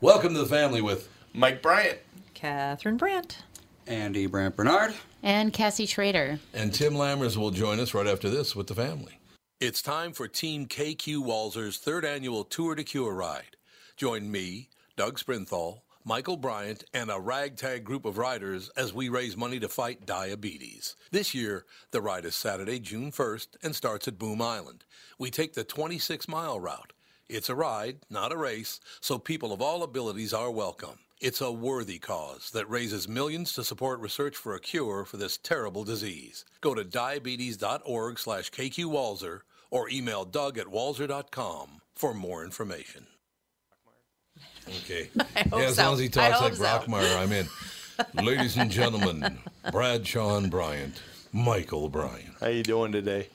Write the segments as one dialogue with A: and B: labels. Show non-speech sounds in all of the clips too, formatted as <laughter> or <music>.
A: Welcome to the family with
B: Mike Bryant
C: Catherine Brandt.
D: Andy Brant Bernard.
E: And Cassie Schrader.
A: and Tim Lammers will join us right after this with the family. It's time for Team KQ Walzer's third annual Tour to Cure ride. Join me, Doug Sprinthal, Michael Bryant, and a ragtag group of riders as we raise money to fight diabetes. This year, the ride is Saturday, June 1st, and starts at Boom Island. We take the 26 mile route. It's a ride, not a race, so people of all abilities are welcome. It's a worthy cause that raises millions to support research for a cure for this terrible disease. Go to diabetes.org slash kqwalzer or email doug at walzer.com for more information. <laughs> Okay.
C: hope
A: yeah, as
C: so.
A: long as he
C: I hope
A: talks like
C: so.
A: Brockmire, I'm in. Ladies and gentlemen, Bradshaw and Bryant, Michael Bryant.
B: How you doing today?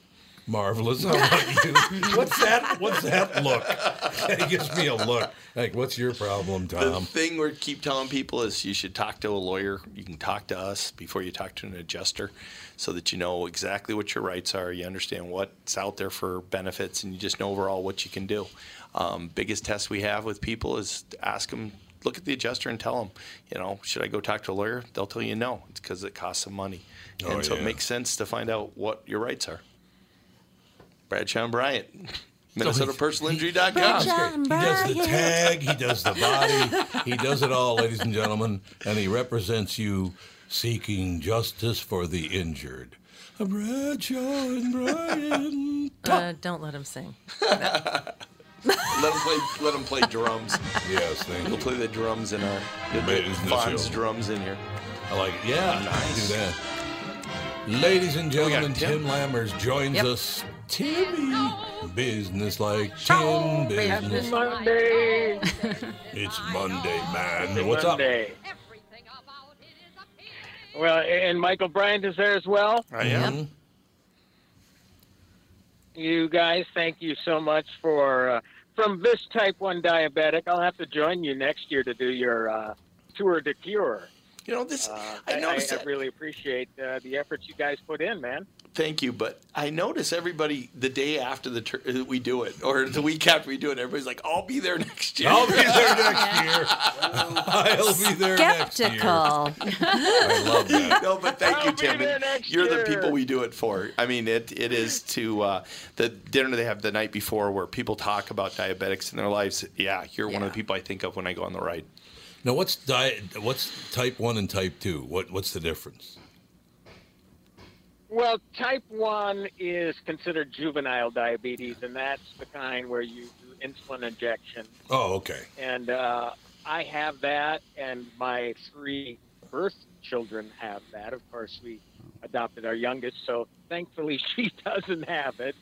A: Marvelous. How about you? Oh, What's that? What's that look? <laughs> He gives me a look. Like, what's your problem,
B: The
A: Tom?
B: thing we keep telling people is you should talk to a lawyer. You can talk to us before you talk to an adjuster so that you know exactly what your rights are, you understand what's out there for benefits, and you just know overall what you can do. Um, biggest test we have with people is ask them, look at the adjuster and tell them, you know, should I go talk to a lawyer? They'll tell you no. It's because it costs some money.
A: Oh,
B: and so
A: yeah.
B: it makes sense to find out what your rights are. Bradshaw and Bryant,
A: <laughs>
B: MinnesotaPersonalInjury.com.
A: He does the tag, he does the body, he does it all, ladies and gentlemen, and he represents you seeking justice for the injured. Bradshaw and Brian.
C: <laughs> Uh, don't let him sing.
B: Let him play. Let him play drums.
A: <laughs> Yes, thank
B: He'll
A: you.
B: play the drums in our. He'll
A: Man,
B: get
A: isn't this
B: Fonz
A: ill.
B: drums in here.
A: I like it. Yeah,
B: Nice.
A: do that. Ladies and gentlemen, Tim
B: Tim.
A: Lammers joins
C: Yep.
A: us. Timmy, business like Tim business.
F: Monday.
A: It's Monday, man. What's up?
F: Monday. Well, and Michael Bryant is there as well.
B: I am.
A: Mhm.
F: You guys, thank you so much for uh, from this type one diabetic. I'll have to join you next year to do your uh, tour de cure.
B: You know this.
F: Uh,
B: I noticed
F: I,
B: that.
F: really appreciate uh, the efforts you guys put in, man.
B: Thank you, but I notice everybody the day after the tur- uh, we do it or the week after we do it, everybody's like, "I'll be there next year."
A: I'll be there next year. I'll be there next year.
C: Skeptical.
A: <laughs> I love that.
B: no, <laughs> but thank you,
F: I'll be
B: Tim.
F: there
B: And
F: next
B: You're the
F: year.
B: people we do it for. I mean, it it is to uh, the dinner they have the night before where people talk about diabetics in their lives. Yeah, you're one of the people I think of when I go on the ride.
A: Now, what's diet? What's type one and type two? What What's the difference?
F: Well, type one is considered juvenile diabetes, and that's the kind where you do insulin injection.
A: Oh, okay.
F: and uh, I have that, and my three birth children have that. Of course, we adopted our youngest, so thankfully <laughs> she doesn't have it.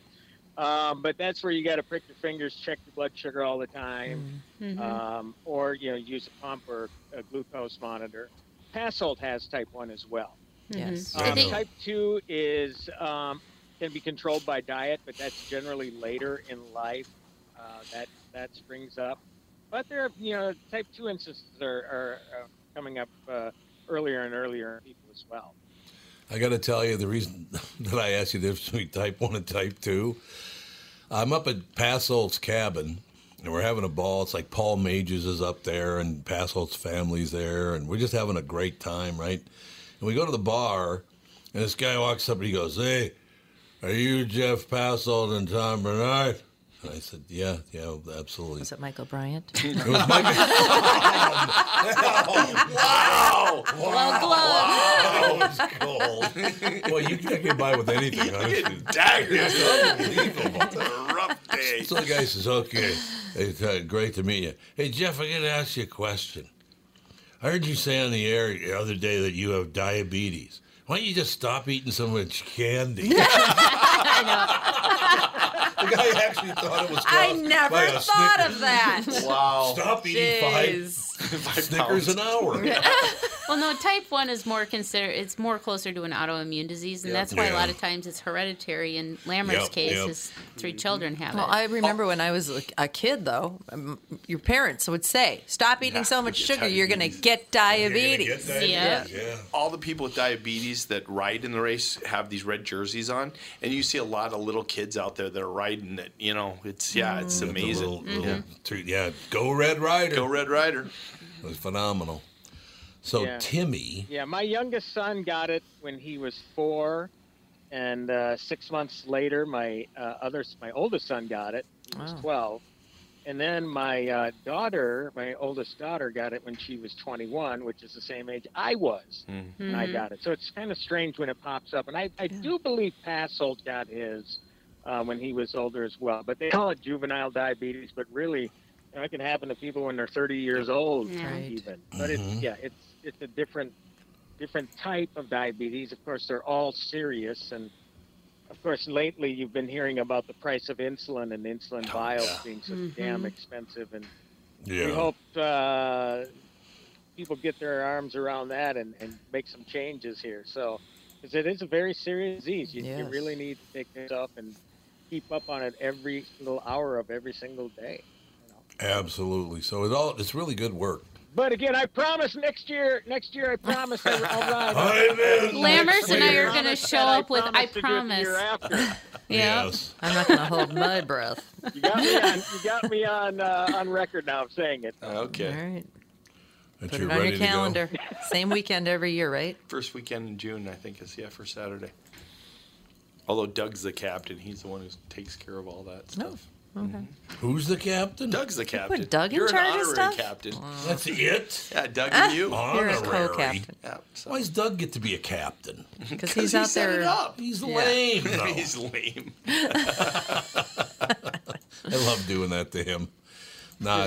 F: Um, but that's where you got to prick your fingers, check your blood sugar all the time, um, or you know, use a pump or a glucose monitor. Passolt has type one as well.
C: Yes.
A: I
F: Um,
A: know.
F: type two is um, can be controlled by diet, but that's generally later in life. Uh, that that springs up, but there are you know type two instances are, are uh, coming up uh, earlier and earlier in people as well.
A: I got to tell you, the reason <laughs> that I asked you the difference between type 1 and type 2, I'm up at Passolt's cabin and we're having a ball. It's like Paul Mages is up there and Passolt's family's there and we're just having a great time, right? And we go to the bar and this guy walks up and he goes, Hey, are you Jeff Passolt and Tom Bernard? And I said, yeah, yeah, absolutely.
C: Was it Michael Bryant?
A: It was my
C: <laughs>
A: wow!
C: Well, glove.
A: Wow! It's cold. Well, you can't get by with
B: <laughs>
A: anything, honestly.
B: Daggers.
A: Unbelievable.
B: a rough day.
A: So the guy says, okay, it's, uh, great to meet you. Hey, Jeff, I got to ask you a question. I heard you say on the air the other day that you have diabetes. Why don't you just stop eating so much
E: <laughs>
A: candy? the <laughs> guy actually thought it was
E: I
A: caused
E: never
A: by a
E: thought
A: Snickers.
E: of that.
B: Wow.
A: Stop eating
E: Jeez.
A: five, Snickers an hour.
B: <laughs>
G: Well, no, type one is more consider it's more closer to an autoimmune disease, and that's why
A: Yeah.
G: a lot of times it's hereditary. In Lammert's
A: Yep,
G: case,
A: yep.
G: his three children have
C: Well,
G: it.
C: I remember when I was a- a kid, though, um, your parents would say, "Stop eating
B: Yeah,
C: so much
B: you get
C: sugar; you're going to
B: diabetes.
C: get diabetes."
A: You're gonna get
G: Yeah.
A: diabetes, yeah.
B: all the people with diabetes that ride in the race have these red jerseys on, and you see a lot of little kids out there that are riding that. You know, it's yeah, it's
A: With Mm-hmm. the
B: amazing.
A: little-
C: Mm-hmm.
A: little treat- Yeah, go Red Rider.
B: Go Red Rider.
A: It was phenomenal. So
F: Yeah.
A: Timmy,
F: Yeah, my youngest son got it when he was four, and uh, six months later, my uh, other my oldest son got it. He was
C: Wow.
F: twelve, and then my uh, daughter, my oldest daughter, got it when she was twenty-one, which is the same age I was. when I got it, so it's kind of strange when it pops up. And I, I do believe Passold got his uh, when he was older as well, but they call it juvenile diabetes, but really. You know, it can happen to people when they're 30 years old,
G: Yeah.
C: Right.
F: even. But it's yeah, it's it's a different different type of diabetes. Of course, they're all serious, and of course, lately you've been hearing about the price of insulin and insulin vials being so damn expensive, and we
A: yeah,
F: hope uh, people get their arms around that and, and make some changes here. So, because it is a very serious disease, you, you
C: Yes.
F: really need to pick this up and keep up on it every little hour of every single day.
A: absolutely. So it all it's really good work.
F: But again, I promise next year. Next year, I promise I- I'll ride.
G: Lammers and I are
F: Promise
G: going to
F: that
G: show up with I
F: to do it the
G: promise.
F: year after.
G: <laughs> Yeah.
A: Yes.
C: I'm not going to hold my breath.
F: You got me on. You got me on uh, on record now. of saying it.
C: All
B: Okay.
C: right,
A: That
C: put
A: you're
C: it on
A: ready
C: your
A: to go.
C: calendar. Same weekend every year, right?
B: First weekend in June, I think is yeah, first Saturday. Although Doug's the captain, he's the one who takes care of all that stuff.
C: Mm-hmm.
A: Who's the captain?
B: Doug's the captain.
C: Doug in
B: You're
C: charge of
B: an honorary
C: stuff?
B: captain.
A: That's it.
B: Mm-hmm. Yeah, Doug and you.
C: Ah, You're a
A: Honorary.
C: co-captain
B: Yeah, so-
A: Why does Doug get to be
C: <laughs>
A: a captain?
C: because
B: 'Cause
C: he's
B: he
C: out
B: set
C: there.
B: it up.
C: <laughs>
A: He's lame. though.
B: He's lame.
A: I love doing that to him. Nah,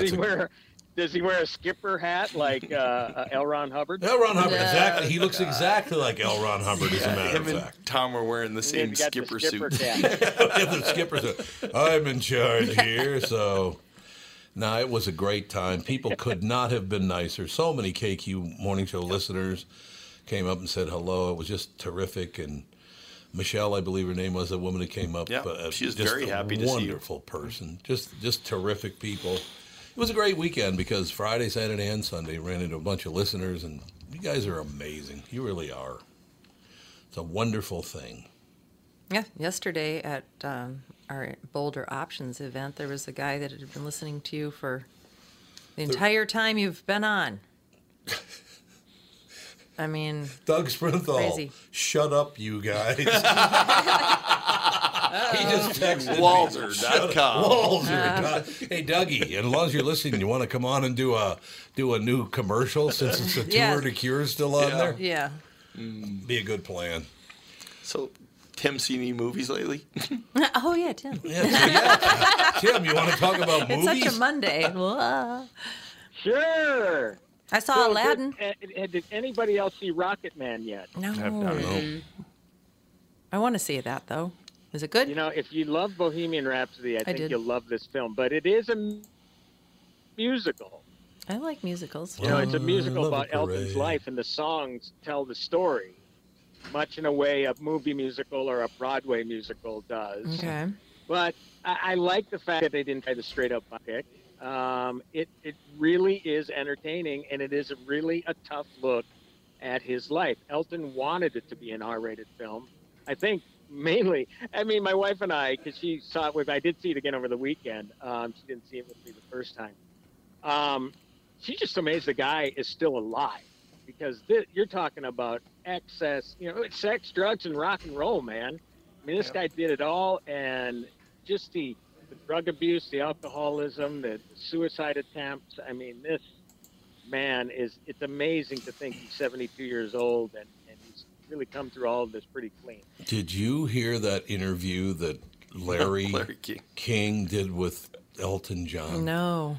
F: Does
A: Uh, it's
F: he
A: a,
F: wear? Does he wear a skipper hat like uh, uh, L. Ron Hubbard?
A: L. Ron Hubbard. Exactly. He looks exactly like L. Ron Hubbard, as a matter
B: Him
A: of
B: and
A: fact.
B: Tom are wearing the
F: They've
B: same
F: got the
B: skipper, suit.
F: cap.
A: <laughs> the skipper said, I'm in charge here. So, now it was a great time. People could not have been nicer. So many KQ Morning Show listeners came up and said hello. It was just terrific. And Michelle, I believe her name was, the woman who came up.
B: Yeah, <laughs>
A: uh,
B: she was
A: just
B: very
A: a
B: happy to see you.
A: Wonderful person. Just, just terrific people. It was a great weekend because Friday, Saturday, and Sunday ran into a bunch of listeners, and you guys are amazing. You really are. It's a wonderful thing.
C: Yeah, yesterday at um, our Boulder Options event, there was a guy that had been listening to you for the entire time you've been on. I mean,
A: Doug Sprinthal,
C: Crazy.
A: shut up, you guys. he
B: <laughs>
A: just texted
B: Walzer.com.
A: Walzer.
C: Uh-huh.
A: Doug- hey, Dougie, and as long as you're listening, you want to come on and do a do a new commercial since
C: <laughs>
A: it's a
C: Yeah.
A: tour to cure still on
B: Yeah.
A: there?
C: yeah. <laughs>
A: Be a good plan.
B: So, Tim, seen any movies lately?
C: Oh yeah, Tim.
A: Yeah, so yeah. <laughs> Tim, you want to talk about
C: It's
A: movies?
C: such a Monday.
A: <laughs>
C: Blah.
F: Sure.
C: I saw
F: So did-
C: Aladdin.
F: uh, uh, did anybody else see Rocket Man yet?
C: No, I want to see that though. Is it good?
F: You know, if you love Bohemian Rhapsody, I, think
C: did.
F: you'll love this film. But it is a m- musical.
C: I like musicals.
F: You know, it's a musical
A: Love
F: about
A: a
F: Elton's
A: parade.
F: life, and the songs tell the story, much in a way a movie musical or a Broadway musical does.
C: Okay.
F: But I, I like the fact that they didn't try to straight up pick. Um, it it really is entertaining, and it is a really a tough look at his life. Elton wanted it to be an R-rated film. I think mainly. I mean, my wife and I, because she saw it with. I did see it again over the weekend. Um, she didn't see it with me the first time. Um, she's just amazed the guy is still alive because thi- you're talking about excess, you know, it's sex, drugs, and rock and roll, man. I mean, this guy did it all, and just the, the drug abuse, the alcoholism, the suicide attempts. I mean, this man is, it's amazing to think he's 72 years old and, and he's really come through all of this pretty clean.
A: Did you hear that interview that Larry,
B: <laughs> Larry King.
A: did with Elton John?
C: No.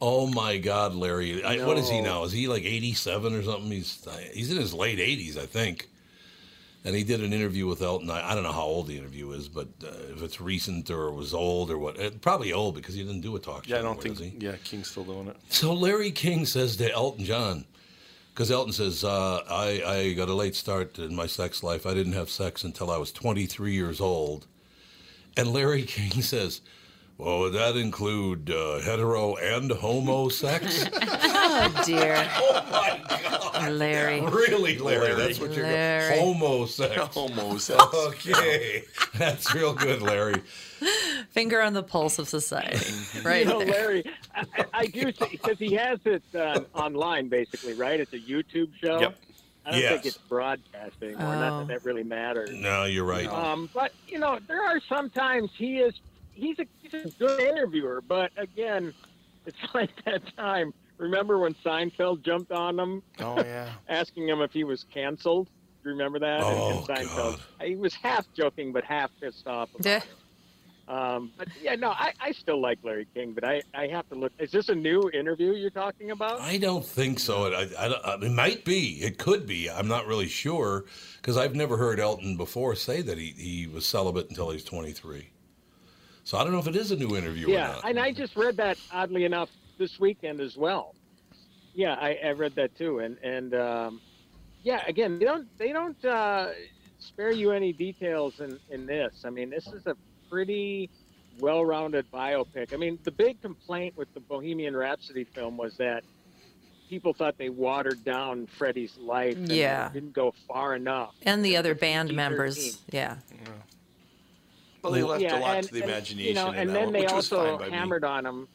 A: Oh my God, Larry! I, What is he now? Is he like eighty-seven or something? He's he's in his late eighties, I think. And he did an interview with Elton. I, I don't know how old the interview is, but uh, if it's recent or was old or what, uh, probably old because he didn't do a talk show.
B: Yeah, I don't
A: anymore,
B: think.
A: does he?
B: Yeah, King's still doing it.
A: So Larry King says to Elton John, because Elton says, uh, I, I got a late start in my sex life. I didn't have sex until I was 23 years old. And Larry <laughs> King says, Well, would that include uh, hetero and homo sex?
C: Oh
A: <laughs>
C: dear,
A: oh my God.
C: Larry.
A: Really, Larry? That's what you're
C: Larry.
A: going Homo sex.
B: Almost.
A: Okay. <laughs> That's real good, Larry.
C: Finger on the pulse of society, <laughs> right?
F: <laughs> You know,
C: there.
F: Larry, I, I, I do because he has it um, online basically, right? It's a YouTube show.
B: Yep.
F: I don't
A: Yes.
F: think it's broadcast anymore. Not
C: Oh.
F: that that really matters.
A: No, you're right.
F: Um, but you know, there are sometimes he is he's a, he's a good interviewer, but again, it's <laughs> like that time. Remember when Seinfeld jumped on him,
B: Oh yeah.
F: asking him if he was canceled? Do you Remember that? And- and uh,
A: Oh, God.
F: He was half joking, but half pissed off. About
C: Yeah.
F: it. Um, but yeah, no, I, I still like Larry King, but I, I have to look. Is this a new interview you're talking about?
A: I don't think so. It, I, I don't- it might be. It could be. I'm not really sure because I've never heard Elton before say that he, he was celibate until he was 23. So I don't know if it is a new interview or
F: yeah,
A: not.
F: and I just read that oddly enough this weekend as well. Yeah, I, I read that too, and and um, yeah, again, they don't they don't uh, spare you any details in in this. I mean, this is a pretty well-rounded biopic. I mean, the big complaint with the Bohemian Rhapsody film was that people thought they watered down Freddie's life. and
C: Yeah.
F: didn't go far enough.
C: and the other band
F: PG-13.
C: members. Yeah.
B: Well, they left
F: Yeah,
B: a lot
F: and-
B: to the
F: and,
B: imagination.
F: You know,
B: in
F: and
B: that
F: then
B: one,
F: they
B: which was
F: also
B: fine by me.
F: hammered on him.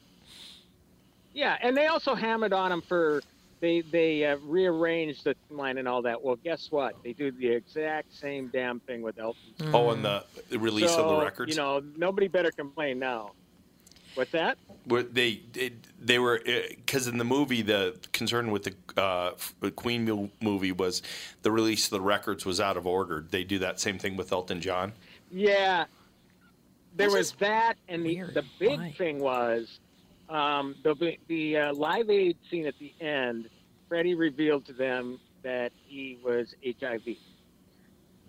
F: Yeah, and they also hammered on him for they they uh, rearranged the timeline and all that. Well, guess what? They do the exact same damn thing with Elton.
B: Oh, and the, the release
F: so,
B: of the records.
F: You know, nobody better complain now. What's that?
B: Where they, they they were because in the movie the concern with the uh, f- Queen mo- movie was the release of the records was out of order. They do that same thing with Elton John.
F: Yeah. There
C: This
F: was
C: is
F: that, and the,
C: weird.
F: the big
C: Why?
F: thing was um, the, the uh, Live Aid scene at the end, Freddie revealed to them that he was HIV.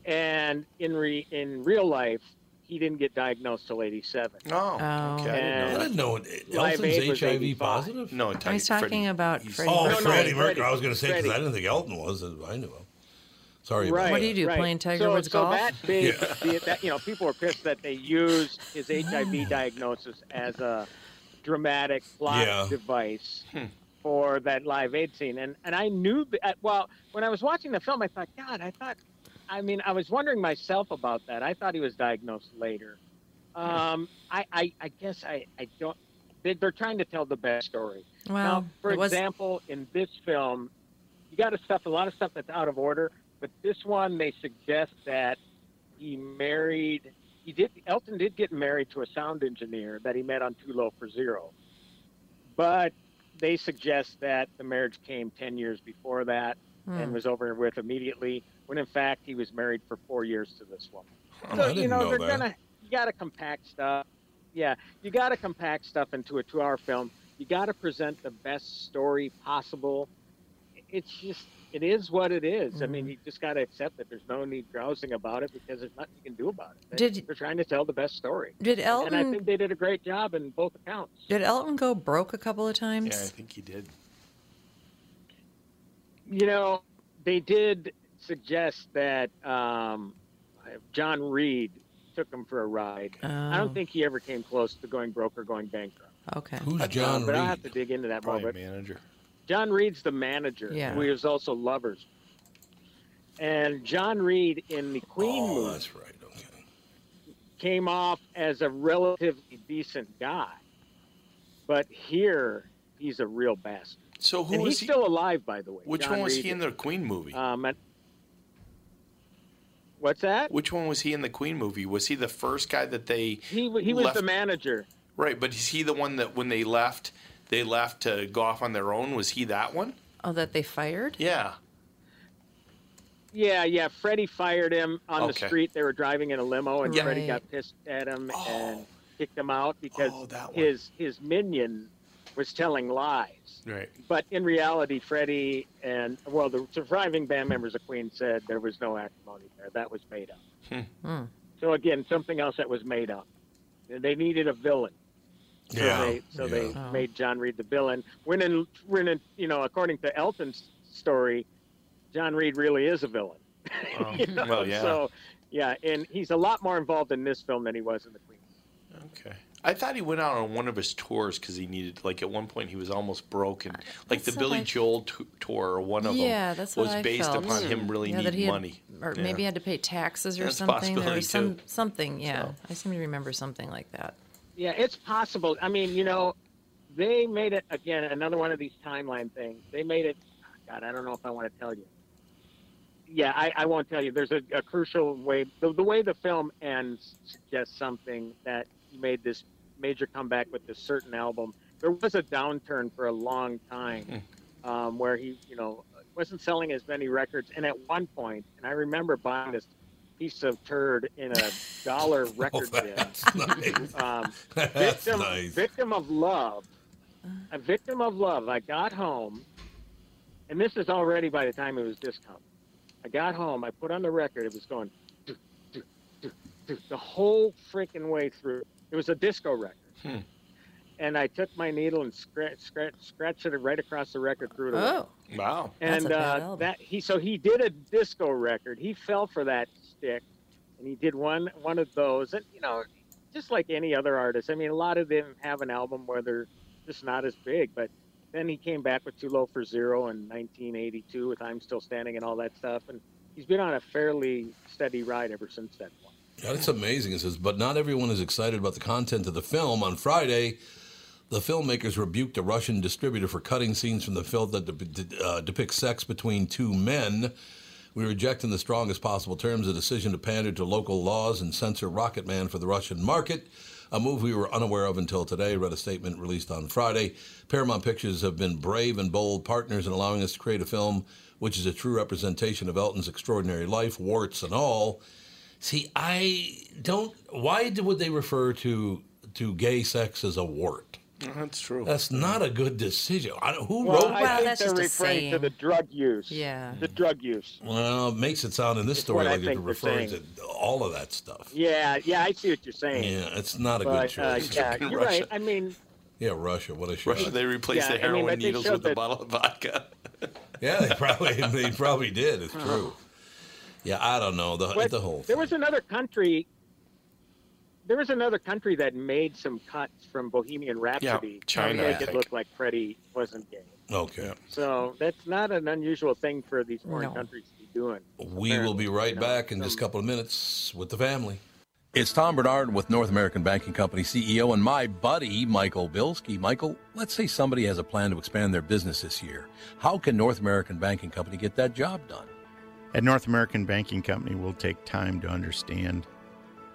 F: And in, re, in real life, he didn't get diagnosed till 87.
B: Oh, okay. I didn't
F: And-
B: know
A: I
B: that.
A: didn't know. it-
F: Live Aid was
A: Elton's HIV
F: 85.
A: positive?
B: No, it-
C: He's
B: Freddie-
C: talking about
B: he's-
C: Freddie
A: Oh,
F: No, no,
A: Freddie
F: it's
A: Mercury. I
F: Freddie.
A: was going to say because I
F: Freddie.
A: didn't think Elton was. I knew him. Sorry. about
F: Right.
C: What do you
A: that.
C: do,
F: right.
C: playing Tiger
F: so,
C: Woods
F: so
C: golf?
F: That big, the, that, you know, people were pissed that they used his HIV diagnosis as a dramatic plot
A: Yeah.
F: device for that Live Aid scene, and and I knew. th- uh, Well, when I was watching the film, I thought, God, I thought, I mean, I was wondering myself about that. I thought he was diagnosed later. Um, I, I, I guess I, I don't. They, they're trying to tell the best story.
C: Well,
F: now, for
C: it was
F: example, in this film, you got to stuff a lot of stuff that's out of order. But this one, they suggest that he married. He did. Elton did get married to a sound engineer that he met on Too Low for Zero, but they suggest that the marriage came ten years before that and
C: Hmm.
F: was over with immediately. When in fact, he was married for four years to this woman.
A: Oh,
F: So
A: I didn't
F: you know,
A: know
F: they're
A: that.
F: gonna you gotta compact stuff. Yeah, you gotta compact stuff into a two-hour film. You gotta present the best story possible. It's just it is what it is. I mean,
A: Mm-hmm.
F: you just gotta accept that there's no need grousing about it because there's nothing you can do about it. They,
C: Did-
F: are trying to tell the best story,
C: Did
F: and I
C: Elton
F: think they did a great job in both accounts.
C: did Elton go broke a couple of
B: Yeah, I
C: times?
B: think he did.
F: You know, they did suggest that um, John Reed took him for a ride. I
C: Oh.
F: don't think he ever came close to going broke or going bankrupt.
C: Okay.
A: Who's John
F: Um, but I'll have
A: Reed?
F: to dig into that more.
B: Probably
F: But
B: manager.
F: John Reed's the manager,
C: Yeah.
F: who is also lovers. And John Reed in the Queen
A: Oh,
F: movie
A: that's right. Okay.
F: came off as a relatively decent guy, but here he's a real bastard.
B: So who
F: and
B: was
F: he's
B: he?
F: still alive, by the way.
B: which
F: John
B: one was
F: Reed
B: he in
F: is.
B: the Queen movie?
F: Um, and- what's that?
B: which one was he in the Queen movie? Was he the first guy that they
F: He wa- he was
B: left-
F: the manager.
B: Right, but is he the one that when they left, they left to go off on their own? Was he that one?
C: Oh, that they fired?
B: Yeah.
F: Yeah, yeah. Freddie fired him on
B: Okay.
F: the street. They were driving in a limo, and
C: Yeah.
F: Freddie got
C: Right.
F: pissed at him and kicked him out because
B: Oh, that one.
F: his his minion was telling lies.
B: Right.
F: But in reality, Freddie and well, the surviving band members of Queen said there was no acrimony there. That was made up.
B: Hmm.
C: Hmm.
F: So again, something else that was made up. They needed a villain. So they, so they
C: Yeah.
F: made John Reed the villain. When in, when in, you know, according to Elton's story, John Reed really is a villain.
B: Oh,
F: <laughs> You know,
B: well, yeah.
F: So, yeah, and he's a lot more involved in this film than he was in the Queen.
B: Okay. I thought he went out on one of his tours because he needed, like, at one point he was almost broken. Like the
C: That's
B: Billy
C: what I-
B: Joel t- tour or one of
C: yeah,
B: them
C: that's what
B: was
C: I
B: based
C: felt.
B: upon him really
C: yeah, that he
B: needing
C: had-
B: money.
C: or
B: Yeah.
C: maybe had to pay taxes or
B: That's a
C: something. There
B: possibility,
C: was
B: too.
C: some something. Yeah,
B: So.
C: I seem to remember something like that.
F: Yeah, it's possible. I mean, you know, they made it again another one of these timeline things. They made it. God, I don't know if I want to tell you. Yeah, I, I won't tell you. There's a, a crucial way. The, the way the film ends suggests something that he made this major comeback with this certain album. There was a downturn for a long time um, where he, you know, wasn't selling as many records. And at one point, and I remember buying this piece of turd in a dollar
A: <laughs> Oh,
F: record bin
A: that's <laughs> nice.
F: um,
A: That's
F: victim,
A: nice.
F: victim of love. A victim of love. I got home, and this is already by the time it was discounted. I got home. I put on the record. It was going do, do, do, do, the whole freaking way through. It was a disco record. And I took my needle and scratch, scratch, scratched it right across the record through the
C: Oh,
B: Wow.
C: That's
F: and
C: a bad
F: uh,
C: album.
F: that he so he did a disco record. He fell for that stick, and he did one one of those. And you know, just like any other artist, I mean, a lot of them have an album where they're just not as big. But then he came back with Too Low for Zero in 1982 with I'm Still Standing and all that stuff, and he's been on a fairly steady ride ever since that point.
A: Yeah, that's amazing. It says, but not everyone is excited about the content of the film. On Friday, the filmmakers rebuked a Russian distributor for cutting scenes from the film that de- uh, depicts sex between two men. We reject in the strongest possible terms the decision to pander to local laws and censor Rocket Man for the Russian market, a move we were unaware of until today, read a statement released on Friday. Paramount Pictures have been brave and bold partners in allowing us to create a film which is a true representation of Elton's extraordinary life, warts and all. See, I don't. Why do- would they refer to to gay sex as a wart?
B: Uh-huh, That's true.
A: That's not a good decision. I don't, who
F: Well,
A: wrote?
F: I
C: Wow,
F: think
C: that's
F: they're
C: just a
F: referring to
C: saying.
F: the drug use.
C: Yeah.
F: the drug use.
A: Well, it makes it sound in this
F: It's what
A: story
F: I
A: like they're
F: think they're
A: referring
F: saying.
A: to all of that stuff.
F: Yeah, yeah, I see what you're saying.
A: Yeah, it's not a good
F: But uh,
A: choice. <laughs>
F: yeah, you're right.
B: Russia.
F: I mean,
A: yeah, Russia. What a shot.
B: Russia, they replaced
F: Yeah,
B: the
F: I mean,
B: heroin
F: but they
B: needles
F: showed
B: with a
F: that-
B: bottle of vodka. <laughs>
A: Yeah, they probably they probably did.
F: <laughs>
A: It's true. Yeah, I don't know the
F: But
A: the Uh, whole.
F: There
A: Thing.
F: was another country. There was another country that made some cuts from Bohemian Rhapsody
B: China,
F: to
B: I
F: make it
B: think.
F: look like Freddie wasn't gay.
A: okay.
F: So that's not an unusual thing for these foreign
C: No.
F: countries to be doing.
A: We will be right
F: No,
A: back in just a
F: some-
A: couple of minutes with the family. It's Tom Bernard with North American Banking Company CEO and my buddy, Michael Bilski. Michael, let's say somebody has a plan to expand their business this year. How can North American Banking Company get that job done?
E: At North American Banking Company, we'll take time to understand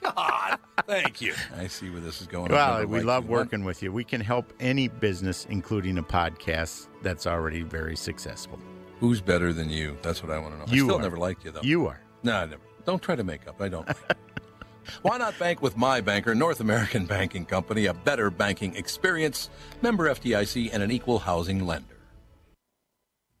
A: God, thank you. I see where this is going. I've
E: Well,
A: never
E: we
A: liked
E: love
A: you.
E: working with you. We can help any business, including a podcast that's already very successful.
A: Who's better than you? That's what I want to know.
E: You
A: I still
E: are.
A: never liked you though.
E: You are.
A: No, I never. Don't try to make up. I don't. <laughs> like it. Why not bank with my banker, North American Banking Company, a better banking experience, member FDIC, and an equal housing lender?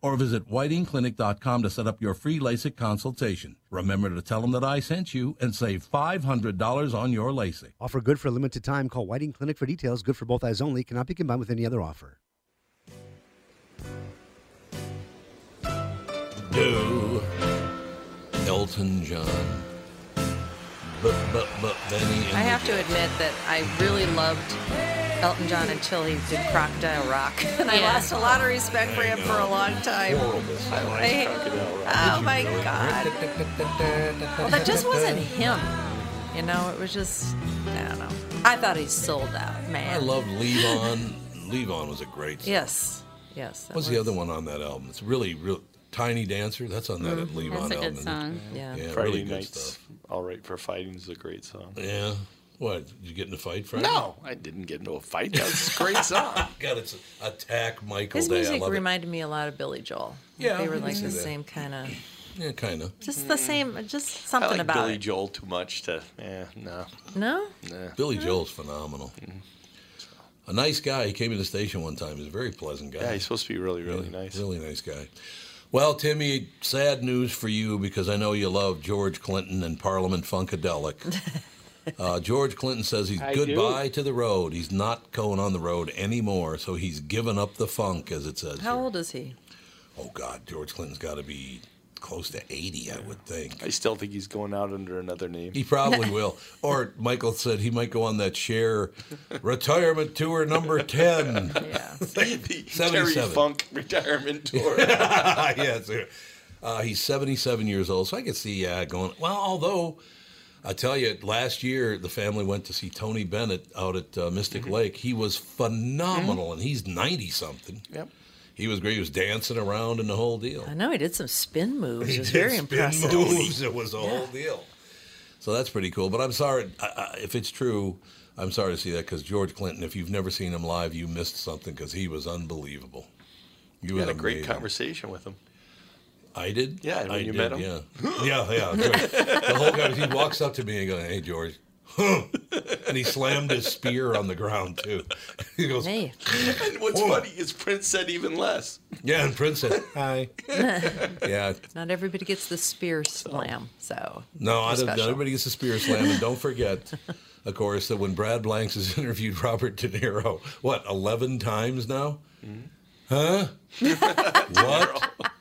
A: or visit whitingclinic.com to set up your free LASIK consultation. Remember to tell them that I sent you and save $500 on your LASIK.
H: Offer good for a limited time. Call Whiting Clinic for details. Good for both eyes only. Cannot be combined with any other offer.
A: do. Elton John. But, but, but, Benny and
C: I have to admit that I really loved Elton John until he did Crocodile Rock, <laughs> and I
G: Yeah.
C: lost a lot of respect for him for a long
B: I
C: time.
B: like
C: I-
B: Crocodile Rock.
C: Oh my God! Well, Oh, that just wasn't him. You know, it was just I don't know. I thought he sold out,
A: I
C: man.
A: love Levon. Levon was a great song.
C: yes, yes. that
A: What's the other one on that album? It's really, real Tiny Dancer. That's on that
C: Mm-hmm.
A: Levon
G: That's a
A: album.
G: good song.
C: Yeah.
A: Yeah,
B: Friday
A: really good
B: Night's
A: stuff.
B: All Right for Fighting is a great song.
A: Yeah. What? Did you get in a fight Friday?
B: No, I didn't get into a fight. That was a
A: <laughs>
B: great song.
A: God, it's Attack Michael
C: His
A: Day. I
C: music
A: love
C: reminded me a lot of Billy Joel.
A: Yeah,
C: they
A: I
C: were
A: can
C: like
A: see
C: the
A: that.
C: same kind of,
A: it. Yeah, kind of.
C: just the same, uh, just
B: I
C: something
B: like
C: about
B: Billy
C: it.
B: Mm. Joel too much to, eh, no.
C: No,
A: Billy Joel's phenomenal. A nice guy. He came to the station one time. He's a very pleasant guy.
B: Yeah, he's supposed to be really, really nice.
A: Really nice guy. Well, Timmy, sad news for you because I know you love George Clinton and Parliament Funkadelic. Uh, George Clinton says he's
F: I do.
A: goodbye to the road. He's not going on the road anymore, so he's given up the funk, as it says.
C: how
A: here.
C: old is he?
A: Oh God, George Clinton's got to be close to eighty, I would think.
B: I still think he's going out under another name.
C: <laughs>
A: He probably will. Or Michael said he might go on that share retirement tour number ten.
C: Yeah.
A: <laughs>
B: the Terry
A: 77.
B: Funk retirement tour.
A: <laughs> yes. Uh, he's 77 years old, so I could see uh, going. Well, although I tell you, last year the family went to see Tony Bennett out at uh, Mystic
C: Mm-hmm.
A: Lake. He was phenomenal, and he's 90 something.
B: yep.
A: He was great. He was dancing around and the whole deal.
C: I know he did some spin moves.
A: He
C: it was
A: did
C: very
A: spin
C: impressive.
A: moves. It was <laughs> a whole deal. So that's pretty cool. But I'm sorry I, I, if it's true. I'm sorry to see that because George Clinton. If you've never seen him live, you missed something because he was unbelievable. You
B: We
A: was
B: had a great
A: amazing.
B: conversation with him.
A: I did.
B: Yeah, when
A: I
B: you
A: did,
B: met him.
A: Yeah,
B: <gasps>
A: yeah, yeah. George. the whole guy, he walks up to me and goes, "Hey, George," <laughs> and he slammed his spear on the ground too. <laughs> He goes,
C: Hey,
B: And what's
A: Whoa.
B: funny is Prince said even less.
A: "Yeah," and Prince said, "Hi." yeah,
C: <laughs> not everybody gets the spear slam, so
A: no, I don't,
C: special.
A: everybody gets a spear slam, and don't forget. Of course, that when Brad Blanks has <laughs> interviewed Robert De Niro, what, 11 times now? Huh? what?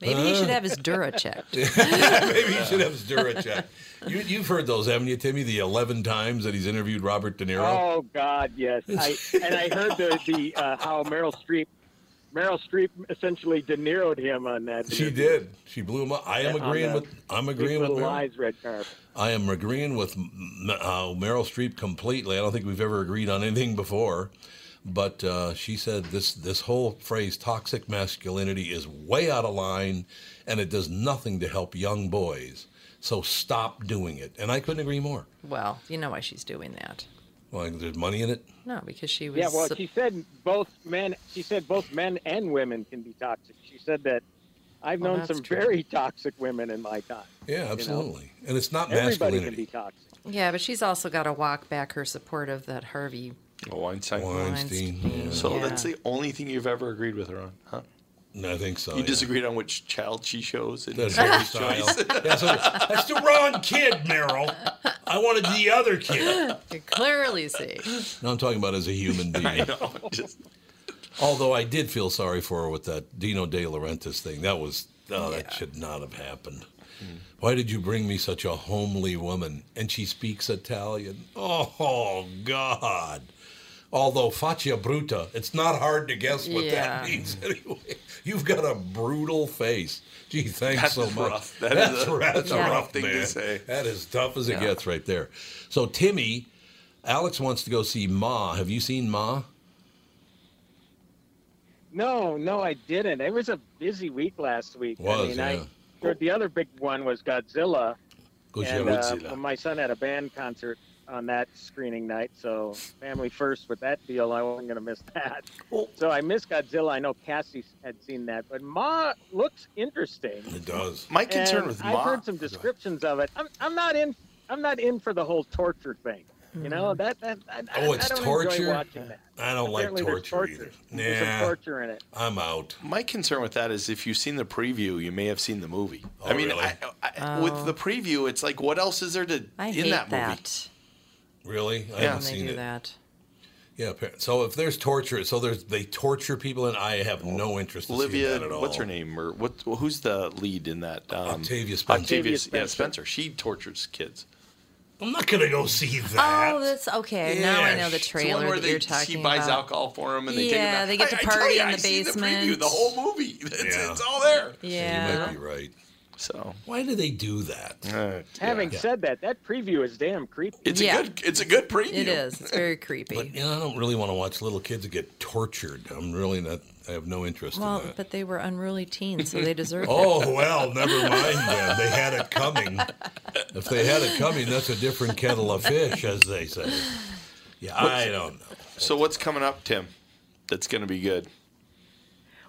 C: maybe he should have his Dura checked.
A: <laughs> Maybe you should have his Dura check. You, you've heard those, haven't you, Timmy? The 11 times that he's interviewed Robert De Niro?
F: Oh God, yes. I and I heard the the uh, how Meryl Streep, Meryl Streep essentially De Niro'd him on that.
A: She did. She blew him up. I am
F: Yeah, on
A: agreeing
F: the
A: with. I'm
F: Big
A: agreeing with.
F: Little
A: Meryl.
F: Lies red carpet.
A: I am agreeing with M- uh, Meryl Streep completely. I don't think we've ever agreed on anything before, but uh, she said this this whole phrase "toxic masculinity" is way out of line, and it does nothing to help young boys. So stop doing it. And I couldn't agree more.
C: Well, you know why she's doing that.
A: Like there's money in it.
C: No, because she was.
F: Yeah, well,
C: sup-
F: she said both men. She said both men and women can be toxic. She said that. I've
C: Well,
F: known
C: Oh, that's
F: some
C: true.
F: very toxic women in my time.
A: Yeah, absolutely. And it's not
F: Everybody can
A: masculinity.
F: be toxic.
C: yeah, but she's also got to walk back her support of that Harvey.
B: Weinstein.
A: Weinstein.
C: Weinstein.
A: yeah.
B: So that's
C: Yeah.
B: the only thing you've ever agreed with her on, huh?
A: No, I think so.
B: You
A: yeah.
B: disagreed on which child she shows. And <laughs>
A: That's Harry Styles. That's, that's the wrong kid, Meryl. I wanted the other kid.
C: <laughs> You clearly see.
A: No, I'm talking about as a human being.
B: just,
A: Although I did feel sorry for her with that Dino De Laurentiis thing. That was oh, that should not have happened. Why did you bring me such a homely woman? And she speaks Italian. Oh, God. Although faccia bruta, it's not hard to guess what
C: Yeah.
A: that means <laughs> anyway. You've got a brutal face. Gee, thanks
B: That's
A: so much.
B: rough. That is
A: that's
B: a-
A: rough. that's
C: Yeah.
A: a rough
B: thing to
A: man.
B: say.
A: That is tough as it gets right there. So Timmy, Alex wants to go see Ma. Have you seen Ma?
F: No, no, I didn't. It was a busy week last week.
A: Was,
F: I mean,
A: yeah.
F: I heard the other big one was Godzilla,
A: Goes
F: and
A: you-
F: uh, my son had a band concert on that screening night. So family first with that deal. I wasn't going to miss that. So I missed Godzilla. I know Cassie had seen that, but Ma looks interesting.
A: It does.
B: My concern
F: And
B: with
F: Um, I've
B: Ma-
F: heard some descriptions of it. I'm, I'm not in. I'm not in for the whole torture thing. You know that that. I, I-
A: Oh, it's
F: I don't Enjoy
A: torture.
F: watching that.
A: I don't like
F: Apparently there's
A: torture, either.
F: There's some
A: Nah.
F: torture in it.
A: I'm out.
B: My concern with that is if you've seen the preview, you may have seen the movie.
A: Oh,
B: I mean,
A: really?
B: I, I, with
C: Oh.
B: the preview, it's like, what else is there to
C: I
B: in
C: hate
B: that movie?
C: that.
A: Really? I
B: Yeah.
A: haven't
C: When they
A: seen
C: do
A: it.
C: that.
A: Yeah. appar- So if there's torture, so there's they torture people, and I have no interest in seeing
B: Olivia,
A: that at all.
B: what's her name, or what? Who's the lead in that? Um,
A: Octavia Spencer.
B: Octavia,
F: Octavia
B: yeah,
F: Spencer.
B: Spencer. She tortures kids.
A: I'm not gonna go see that.
C: Oh, that's okay. now I
A: Yeah,
C: know Oh, the
A: it's
B: It's the
C: trailer
B: one where
C: that
B: they,
C: you're talking
B: she buys
C: about.
B: alcohol for them, and they take 'em
C: Yeah,
B: out.
C: they get to
B: I- I tell
C: party
B: ya,
C: in
B: I
C: the
B: see The, preview,
C: basement.
B: the whole movie. <laughs> It's,
A: Yeah.
B: it's all there.
A: You
C: Yeah.
A: might be right.
B: So,
A: Why do they do that?
B: uh,
F: Having said that, that preview is damn creepy.
B: it's
C: Yeah.
B: a good. It's a good preview.
C: It is. It's
B: <laughs>
C: very creepy.
A: But you know, I don't really want to watch little kids get tortured. I'm really not. I have no interest
C: well,
A: in that.
C: but they were unruly teens, so they
B: <laughs>
C: deserved it.
A: Oh well, never mind then. They had it coming. If they had it coming, that's a
C: <laughs>
A: different kettle of fish, Uh, as they say. Yeah, I don't know.
B: So, what's coming up, Tim? That's going to be good.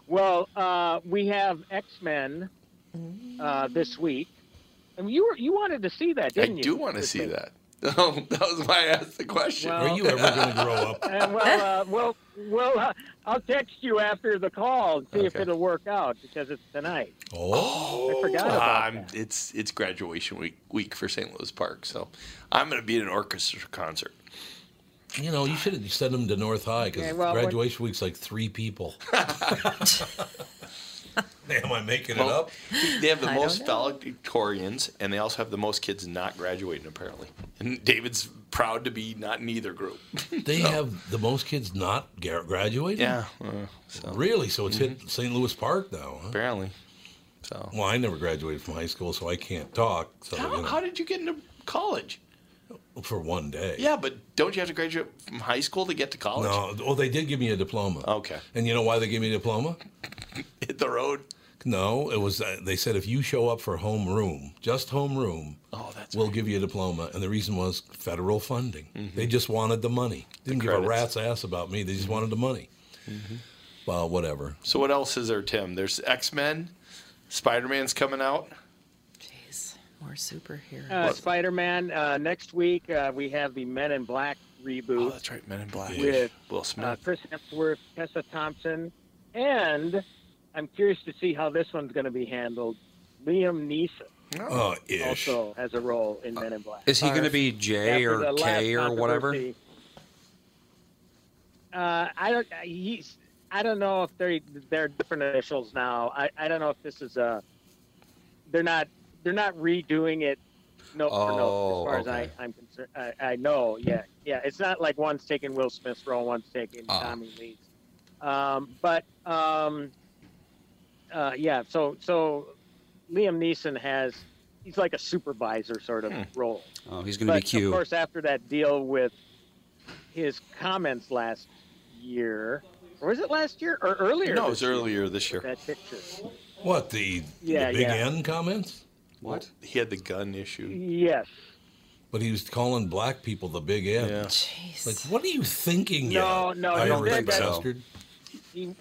F: Well, uh, we have X Men
C: Mm.
F: uh, this week. I mean, you were, you wanted to see that,
B: I
F: didn't you?
B: do want to
F: This
B: see
F: week.
B: that. <laughs> Oh, that was why I asked the question.
F: Well-
A: Are you ever
B: <laughs>
A: going to grow up?
C: <laughs>
F: And well, uh, well, well, uh, I'll text you after the call and see if
B: Okay.
F: it'll work out because it's tonight.
A: Oh,
F: I forgot about
B: Um, it's it's graduation week week for St. Louis Park, so I'm going to be at an orchestra concert.
A: you know, you should have sent them to North High because
F: Okay, well, when-
A: graduation week's like three
B: <laughs>
A: people. Am I making it
B: Well,
A: up?
B: <laughs> They have the
C: I don't
B: most
C: know.
B: valedictorians, and they also have the most kids not graduating apparently. And David's proud to be not in either group.
A: They have the most kids not ga- graduating.
B: yeah, uh, so
A: Really? So it's hit St. Louis Park now, huh?
B: apparently. So
A: Well, I never graduated from high school, so I can't talk. So you
B: how,
A: know,
B: how did you get into college?
A: for one day.
B: Yeah, but don't you have to graduate from high school to get to college?
A: No. Well, they did give me a diploma.
B: Okay.
A: And you know why they gave me a diploma?
B: <laughs> Hit the road.
A: No, it was uh, they said if you show up for homeroom, just homeroom,
B: Oh, that's Mm-hmm.
A: we'll give you a diploma. And the reason was federal funding. They just wanted the money. Didn't give a
B: credits. Mm-hmm.
A: rat's ass about me. They just wanted the money. Well, whatever.
B: So what else is there, Tim? There's X Men, Spider Man's coming out.
C: Jeez, <laughs> more
F: that.
C: superheroes.
F: Uh, Spider Man uh, next week. Uh, we have the Men in Black
B: Oh,
F: reboot.
B: that's right, Men in Black.
F: With,
B: Will
F: uh,
B: Smith.
F: Chris Hemsworth, Tessa Thompson, and I'm curious to see how this one's going to be handled. Liam Neeson
A: Oh, ish.
F: also has a role in Men in Black.
D: Uh, Is he going to be J
F: After
D: or
F: the last
D: K or whatever?
F: controversy, Uh, I don't. He's. I don't know if they they're different initials now. I, I don't know if this is a. They're not. They're not redoing it. No, for no. As
D: Oh,
F: far as
D: okay.
F: I, I'm concerned, I, I know. Yeah, yeah. It's not like one's taking Will Smith's role, one's taking
D: Ah.
F: Tommy Lee's. Um, but um, uh, yeah. So so, Liam Neeson has. He's like a supervisor sort of role
D: Oh, he's going to be
F: of
D: Q.
F: course, after that deal with his comments last year, or was it last year or earlier?
B: No, it
F: this
B: was earlier this
F: year,
B: year.
F: That picture.
A: What the,
F: Yeah,
A: the big
F: yeah.
A: N comments?
D: What?
B: He had the gun issue.
F: Yes.
A: But he was calling black people the big N.
B: Yeah.
C: Jeez.
A: Like, what are you thinking? you
F: No, no,
D: I don't
F: no.
A: Irish
D: think
F: that-
D: so.
A: bastard?
F: he-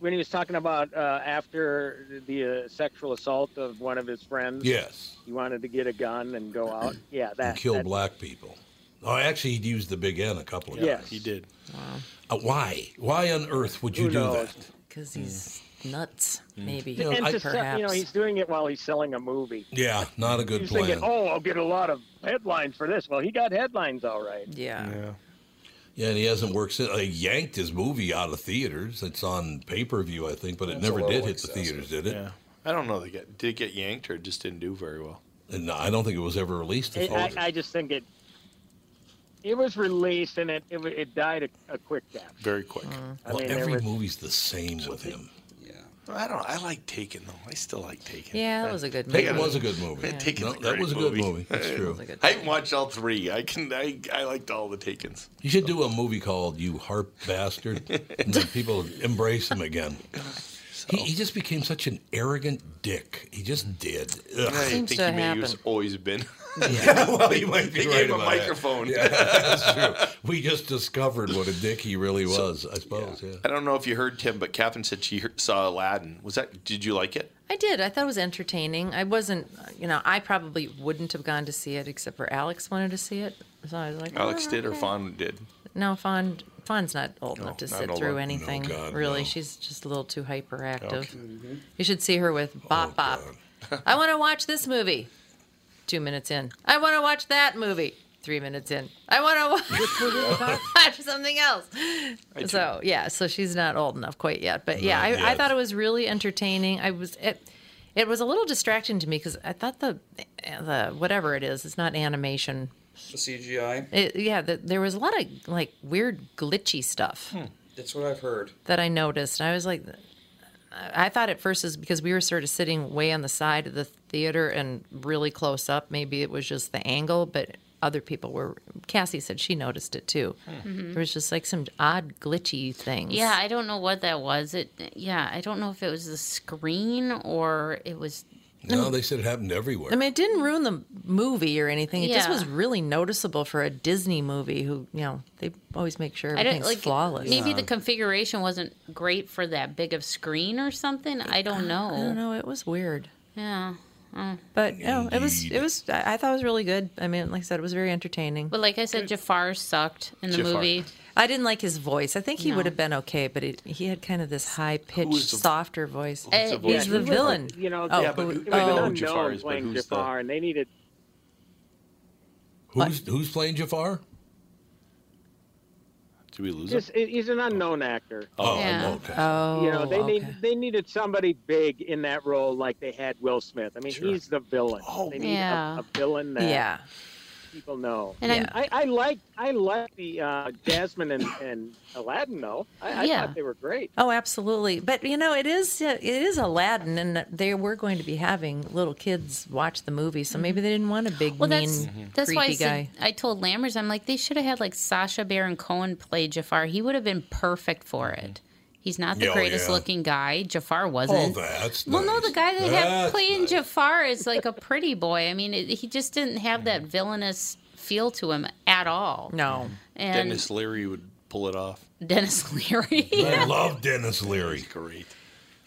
F: when he was talking about uh, after the uh, sexual assault of one of his friends,
A: Yes.
F: he wanted to get a gun and go out. Yeah, that.
A: and kill
F: that-
A: black people. Oh, actually, he'd used the big N a couple of
F: Yes.
A: times.
B: He did.
A: Uh, why? Why on earth would you
F: Who
A: do
F: knows?
A: that? Hmm.
C: Because he's nuts,
B: Mm.
C: maybe.
A: You know,
F: And
A: I-
F: to se-
C: perhaps.
F: you know, he's doing it while he's selling a movie.
A: Yeah, not a good
F: He's
A: plan.
F: thinking, "Oh, I'll get a lot of headlines for this." Well, he got headlines all right.
C: yeah.
A: Yeah, and he hasn't worked since. They yanked his movie out of theaters. It's on pay per view, I think, but it never did hit the theaters, did it?
B: Yeah. I don't know. They got, did it get yanked or it just didn't do very well?
A: And Uh, I don't think it was ever released.
F: It,
A: If
F: I, I just think it it was released and it it, wa- it died a, a quick death.
B: Very quick.
C: Mm.
F: I
A: well,
F: mean, there
A: every
F: was-
A: movie's the same with him.
D: Yeah.
B: I don't. I like Taken though. I still like Taken.
C: Yeah, that was a good movie.
A: Taken was a good movie.
B: Taken's
A: No,
B: a
A: that
B: great
A: was a good
B: movie.
A: movie. That's true.
C: was a good
B: I haven't watched all three. I can. I, I liked all the Takens.
A: You
B: <laughs>
A: should do a movie called "You Harp Bastard," and then people embrace him again. He, he just became such an arrogant dick. He just did.
B: I
A: Ugh.
B: think he may have always been. <laughs>
A: Yeah, well, you might be
B: They
A: right
B: gave him a
A: about that.
B: microphone.
A: Yeah, that's
B: <laughs>
A: true. We just discovered what a dick he really was, I suppose. Yeah.
B: I don't know if you heard Tim, but Catherine said she heard, saw Aladdin. Was that? Did you like it?
C: I did. I thought it was entertaining. I wasn't, you know, I probably wouldn't have gone to see it except for Alex wanted to see it. So I was like,
B: Alex
C: "Oh,
B: did or
C: okay."
B: Fawn did.
C: No, Fawn. Fawn's not old
B: No,
C: enough to
B: not
C: sit
B: old
C: through
B: enough.
C: anything.
B: No, God,
C: really,
B: no.
C: she's just a little too hyperactive.
B: Okay. Mhm.
C: You should see her with Bop Bop. <laughs> I want to watch this movie. Two minutes in. I want to watch that movie. Three minutes in. I want
A: <laughs>
C: to watch something else.
G: I
C: so Oh, yeah, so she's not old enough quite yet. But <laughs> yeah,
G: Not
C: I, I
G: yet.
C: thought it was really entertaining. I was it. It was a little distracting to me because I thought the the whatever it is, it's not animation.
D: The CGI.
C: It, yeah, the, there was a lot of like weird glitchy stuff
D: That's what I've heard.
C: that I noticed. And I was like, I I thought at first is because we were sort of sitting way on the side of the theater and really close up. Maybe it was just the angle, but other people were. Cassie said she noticed it too.
G: Mhm.
C: There was just like some odd glitchy things.
G: Yeah, I don't know what that was. It yeah, I don't know if it was the screen or it was
A: No, they said it happened everywhere.
C: I mean, it didn't ruin the movie or anything. It just
G: Yeah.
C: was really noticeable for a Disney movie. Who you know they always make sure
G: I don't
C: everything's
G: like
C: flawless.
G: maybe the configuration wasn't great for that big of screen or something. I don't know.
C: I don't know. It was weird.
G: Yeah. Mm.
C: But no, it was it was. I I thought it was really good. I mean, like I said, it was very entertaining.
G: But like I said, Jafar sucked in the
C: Jafar.
G: movie.
C: I didn't like his voice. I think he
G: No.
C: would have been okay, but it, he had kind of this high pitched,
G: was the-
C: softer voice.
G: who's Uh, the
C: He's
G: voice
C: the
G: of Jafar?
C: villain.
F: You know,
C: oh,
F: yeah, but
C: who-
F: it was
C: oh.
F: an unknown
B: Jafar is, but
F: playing
B: who's the-
F: Jafar, and they needed
A: Who's who's playing Jafar?
B: Did we lose
F: just
B: him?
F: it- he's an unknown actor.
B: Oh, Yeah. okay.
F: you know, they
B: Oh,
F: need they needed somebody big in that role, like they had Will Smith. I mean, he's the villain. Oh, they need
G: Yeah.
F: a, a villain that
G: Yeah.
F: people know.
G: And I'm-
F: I, I like I like the uh, Jasmine and, and Aladdin though. I, I
C: Yeah.
F: thought they were great.
C: Oh, absolutely. But you know, it is it is Aladdin, and they were going to be having little kids watch the movie, so maybe they didn't want a big
G: Mm-hmm. Well,
C: mean
G: that's
A: Mm-hmm.
G: that's
C: creepy
G: why I,
C: guy.
G: said, I told Lammers, I'm like, they should have had like Sasha Baron Cohen play Jafar. He would have been perfect for it. He's not the
A: Oh,
G: greatest
A: Mm-hmm. yeah.
G: looking guy. Jafar wasn't.
A: Oh, that's
G: well, no,
A: nice.
G: the guy they have
A: That's
G: playing Jafar is like a pretty boy. I mean, it, he just didn't have
A: Mm-hmm.
G: that villainous feel to him at all.
C: No.
G: And
B: Dennis Leary would pull it off.
G: Dennis <laughs> Leary.
A: I love Dennis Leary.
B: great.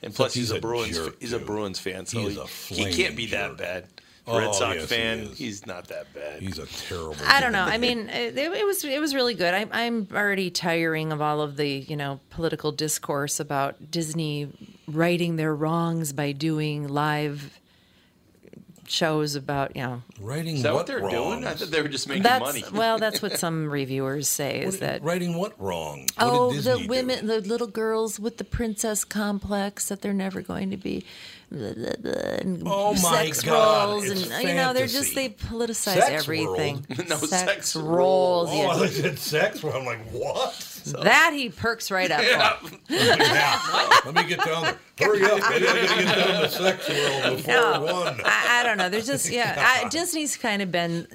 B: And plus, he's, a Bruins. he's a Bruins fan, so
A: He is
B: he,
A: a
B: he
A: flaming
B: can't be that bad.
A: Oh,
B: Red Sox
A: yes, he
B: fan,
A: is.
B: he's not that bad.
A: He's a terrible.
C: I don't know. I mean, <laughs> it, it was it was really good. I'm I'm already tiring of all of the you know political discourse about Disney righting their wrongs by doing live shows about you know
A: Writing
B: Is that what
A: what
B: they're doing? I
A: wrongs?
B: thought they were just making
C: that's,
B: money.
C: <laughs>
B: <laughs>
C: well, that's what some reviewers say is
A: What-
C: that
A: writing what wrong?
C: oh
A: what did
C: the
A: Disney
C: women the little girls with the princess complex that they're never going to be blah, blah, blah, and
A: Oh my
C: sex
A: God,
C: roles and
A: it's
C: you know they're just
A: fantasy.
C: they politicize
A: Sex
C: everything
A: world? No,
C: sex,
A: sex
C: roles
A: Oh,
C: yeah.
A: I said sex. Where I'm like, what?
C: That he perks right up.
A: <laughs> Yeah.
C: for.
A: Let me get
C: <laughs>
A: down there. Hurry up! Maybe I gotta get down to sex world before
C: No,
A: one.
C: I, I don't know. There's just yeah.
A: <laughs>
C: I, Disney's kind of been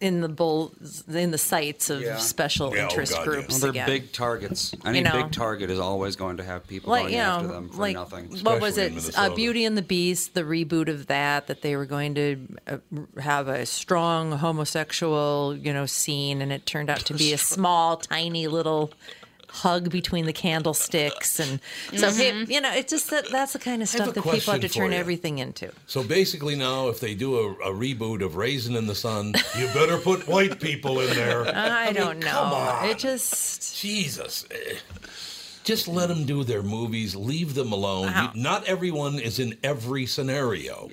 C: in the bull in the sights of special
D: oh,
C: interest groups
D: Well, they're
C: again.
D: big targets. Any
C: You know.
D: big target is always going to have people
C: like
D: going
C: you
D: after
C: know,
D: them for
C: like
D: nothing.
C: what was it? Uh, Beauty and the Beast, the reboot of that, that they were going to uh, have a strong homosexual, you know, scene, and it turned out to
A: <laughs>
C: be a small, tiny little hug between the candlesticks, and so
G: Mhm.
C: it, you know, it's just that that's the kind of
A: Mm-hmm. have
C: stuff
A: a
C: that people have
A: question
C: to
A: for
C: turn
A: you.
C: everything into.
A: So basically, now if they do a, a reboot of Raisin in the Sun, you better put white people in there.
C: I,
A: mean,
C: don't know.
A: Come on,
C: It just
A: Jesus. Eh. Just let them do their movies. Leave them alone.
C: Wow.
A: You- Not everyone is in every scenario.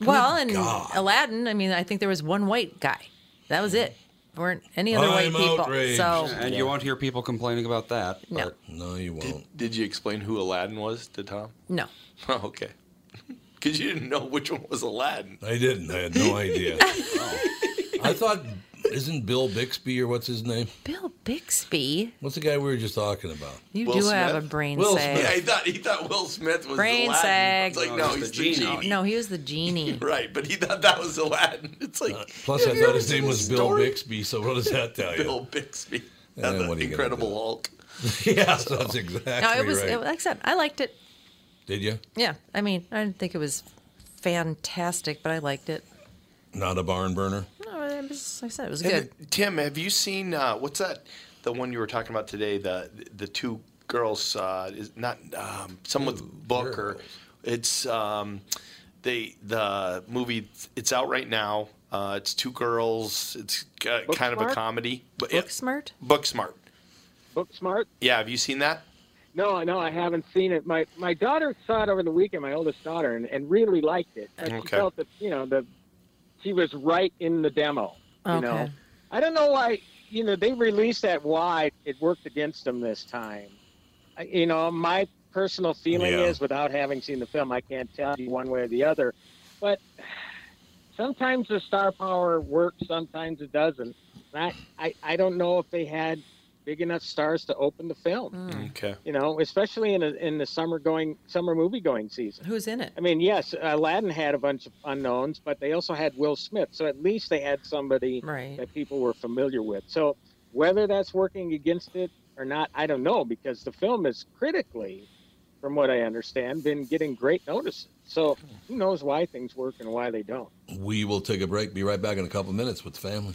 C: well, and
A: God.
C: Aladdin. I mean, I think there was one white guy. That was it. Weren't any other white
D: I'm
C: people.
D: outraged.
C: So
D: And you won't hear people complaining about that.
C: No.
A: no, you
D: won't.
B: Did you explain who Aladdin was to Tom? <laughs>
C: no.
B: Oh, okay. <laughs> Because you didn't know which one was Aladdin.
A: I didn't. I
C: <laughs>
A: had no idea. I thought, isn't Bill Bixby or what's his name?
C: Bill Bixby.
A: What's the guy we were just talking about?
C: You do have a brain
A: Will
C: sag.
A: Smith.
B: I thought he thought Will Smith was
C: brain
B: Aladdin.
C: sag.
B: It's like no, he's the genie.
C: No, he was the genie.
B: Right, but he thought that was Aladdin. It's like
A: Uh, Plus,
B: have
A: I
B: you
A: thought
B: ever
A: his
B: seen
A: name
B: the
A: was Bill
B: story?
A: Bixby. So what does that tell you?
B: Bill Bixby.
A: Eh,
B: Not the
A: what are you gonna
B: Incredible Hulk.
A: <laughs> yes, that's exactly
C: no, it was.
A: right.
C: It, like I said, I liked it.
A: Did you?
C: Yeah, I mean, I didn't think it was fantastic, but I liked it.
A: Not a barn burner.
C: No, it was, like I said, it was
B: And
C: good.
B: the- Tim, have you seen uh, what's that? The one you were talking about today, the the two girls, uh, is not um, some with book or it's um, they the movie. It's out right now. Uh, it's two girls. It's uh, kind of a
F: Booksmart?
B: comedy. But
C: Book smart.
B: book smart.
F: Book smart?
B: Yeah, have you seen that?
F: No, no, I haven't seen it. My my daughter saw it over the weekend, my oldest daughter, and, and really liked it. And She
B: Okay.
F: felt that you know the she was right in the demo. You know,
C: Okay.
F: I don't know why you know they released that wide. It worked against them this time. I, you know, my personal feeling
A: Yeah.
F: is, without having seen the film, I can't tell you one way or the other. But sometimes the star power works, sometimes it doesn't. And I, I, I don't know if they had big enough stars to open the film
C: Mm.
B: Okay.
F: you know, especially in a, in the summer going summer movie going season.
C: Who's in it?
F: I mean, yes, Aladdin had a bunch of unknowns, but they also had Will Smith, so at least they had somebody
C: Right.
F: that people were familiar with. So whether that's working against it or not, I don't know because the film is critically, from what I understand, been getting great notices. So who knows why things work and why they don't.
A: We will take a break. Be right back in a couple minutes with the family.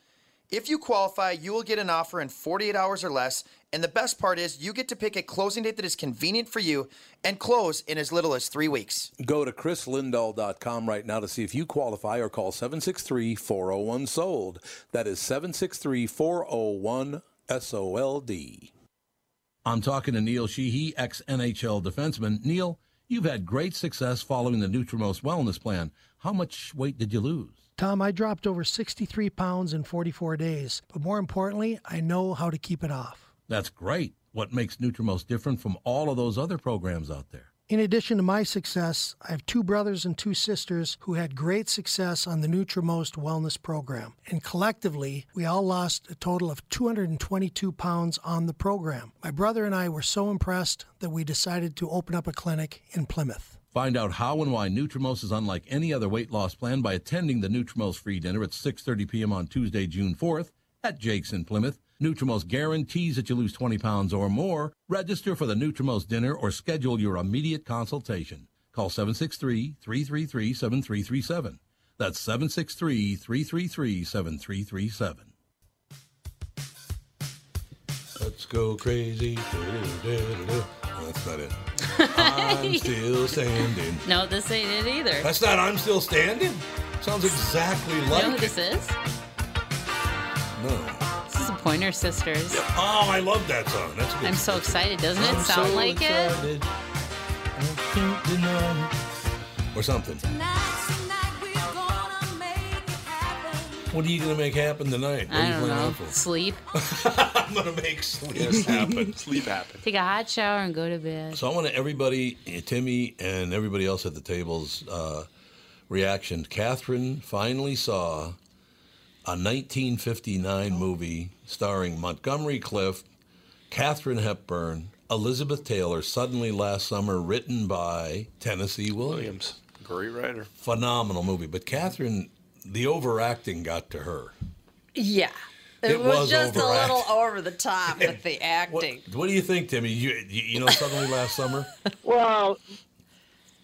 I: If you qualify, you will get an offer in 48 hours or less. And the best part is, you get to pick a closing date that is convenient for you and close in as little as three weeks.
A: Go to chrislindahl.com right now to see if you qualify or call 763 401 SOLD. That is 763 401 SOLD. I'm talking to Neil Sheehy, ex NHL defenseman. Neil, you've had great success following the Nutrimost Wellness Plan. How much weight did you lose?
J: Tom, I dropped over 63 pounds in 44 days, but more importantly, I know how to keep it off.
A: That's great. What makes Nutrimost different from all of those other programs out there?
J: In addition to my success, I have two brothers and two sisters who had great success on the Nutrimost Wellness Program. And collectively, we all lost a total of 222 pounds on the program. My brother and I were so impressed that we decided to open up a clinic in Plymouth.
A: Find out how and why Nutrimos is unlike any other weight loss plan by attending the Nutrimos free dinner at 6:30 p.m. on Tuesday, June 4th at Jake's in Plymouth. Nutrimos guarantees that you lose 20 pounds or more. Register for the Nutrimos dinner or schedule your immediate consultation. Call 763-333-7337. That's 763-333-7337. Let's go crazy. That's not it.
G: <laughs>
A: I'm still standing.
G: No, this ain't it either.
A: That's not I'm Still Standing? Sounds exactly
G: You know who
A: like it.
G: this is?
A: No.
G: This is the Pointer Sisters.
A: Oh, I love that song. That's good.
G: I'm so excited. Doesn't it sound like it?
A: Or something. What are you going to make happen tonight? What are
G: I
A: you
G: don't
A: planning
G: know.
A: on for?
G: Sleep.
A: <laughs> I'm going to make sleep happen.
B: Sleep happen.
G: Take a hot shower and go to bed.
A: So I want to everybody, eh, Timmy, and everybody else at the table's uh, reaction. Catherine finally saw a 1959 movie starring Montgomery Clift, Catherine Hepburn, Elizabeth Taylor. Suddenly last summer, written by Tennessee Williams.
B: Williams, great writer.
A: Phenomenal movie, but Catherine, the overacting got to her.
C: Yeah. It,
A: It
C: was,
A: was
C: just a
A: overacting.
C: little over the top with the
A: What,
C: acting.
A: what do you think, Timmy? You, you you know, suddenly last summer.
F: Well,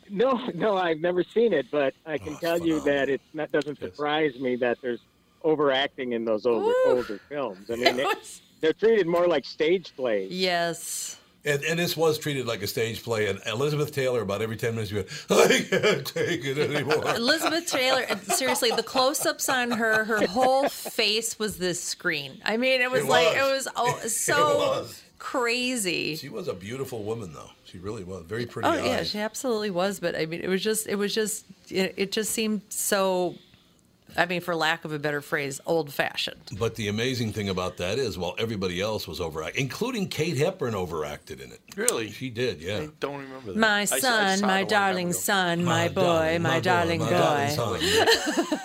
F: no, no, I've never seen it, but I can
A: Oh,
F: tell you
A: phenomenal.
F: that it that doesn't
A: Yes.
F: surprise me that there's overacting in those older
C: Ooh.
F: older
C: <laughs>
F: films. I mean, they,
C: was-
F: they're treated more like stage plays.
C: Yes.
A: And, and this was treated like a stage play. And Elizabeth Taylor, about every 10 minutes, you went, I can't take
C: <laughs>
A: it anymore.
C: Elizabeth Taylor, and seriously, the close ups on her, her whole face was this screen. I mean, it was
A: <laughs> It
C: like,
A: was.
C: it was oh, so
A: was.
C: crazy.
A: She was a beautiful woman, though. She really was. Very pretty
C: Oh
A: eyes.
C: yeah, she absolutely was. But I mean, it was just, it was just, it, it just seemed so. I mean, for lack of a better phrase, old fashioned.
A: But the amazing thing about that is, while everybody else was overacting, including Kate Hepburn overacted in it. Really? She did, yeah. I
B: don't remember
C: My son, my darling son, my, boy, my darling boy.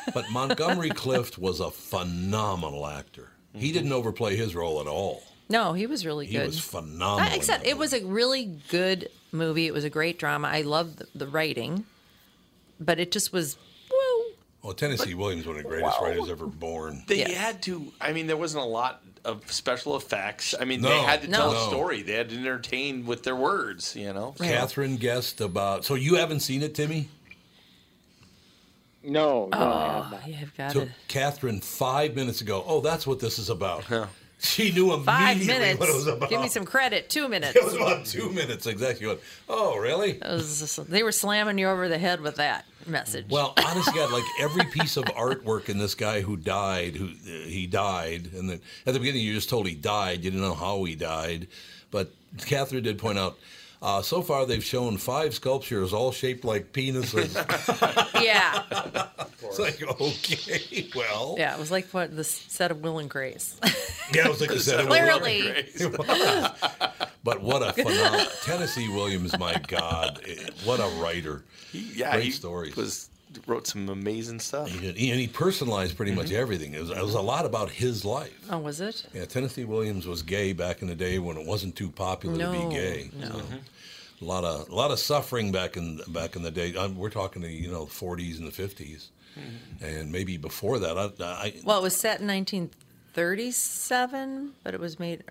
C: <laughs>
A: but Montgomery Clift was a phenomenal actor. He didn't overplay his role at all.
C: No, he was really
A: He
C: good.
A: was phenomenal.
C: I
A: in
C: accept
A: that.
C: it was a really good movie. It was a great drama. I loved the, the writing, but it just was
A: Well, Oh, Tennessee Williams, one of the greatest writers ever born.
B: They had to. I mean, there wasn't a lot of special effects. I mean, they
A: No,
B: had to
A: No.
B: tell
A: no.
B: a story. They had to entertain with their words. You know.
A: Catherine guessed about. So you haven't seen it, Timmy?
F: No, no, I have
C: Oh, yeah, I've got
A: Took
C: it.
A: Catherine five minutes ago. Oh, that's what this is about. She knew immediately
C: Five minutes.
A: what it was about. <laughs>
C: Give me some credit. Two minutes.
A: It was about
C: <laughs>
A: two minutes exactly. What? Oh, really?
C: It was just- they were slamming you over the head with that
A: <laughs>
C: message.
A: Well, honestly, God, like every piece of artwork in this guy who died, who uh, he died, and then at the beginning you just told he died. You didn't know how he died, but Catherine did point out. Uh, so far, they've shown five sculptures, all shaped like penises.
C: yeah,
A: it's like, okay, well,
C: yeah. It was like what the set of Will and Grace. <laughs>
A: yeah, it was like you said, it was-
C: Clearly,
A: It was. <laughs> But what a phenomenal Tennessee Williams, my God, eh, what a writer!
B: yeah,
A: great
B: he
A: stories.
B: Was wrote some amazing stuff. Mm-hmm.
A: He did, and he personalized pretty much everything. It was, it was a lot about his life.
C: oh, was it?
A: Yeah, Tennessee Williams was gay back in the day when it wasn't too popular to
C: No,
A: be gay.
C: no.
A: So,
B: Mm-hmm.
C: Mhm.
A: a lot of a lot of suffering back in back in the day. Um we're talking the you know 40s and the 50s,
B: Mm-hmm.
A: and maybe before that. I, I
C: Well, it was set in 1937, but it was made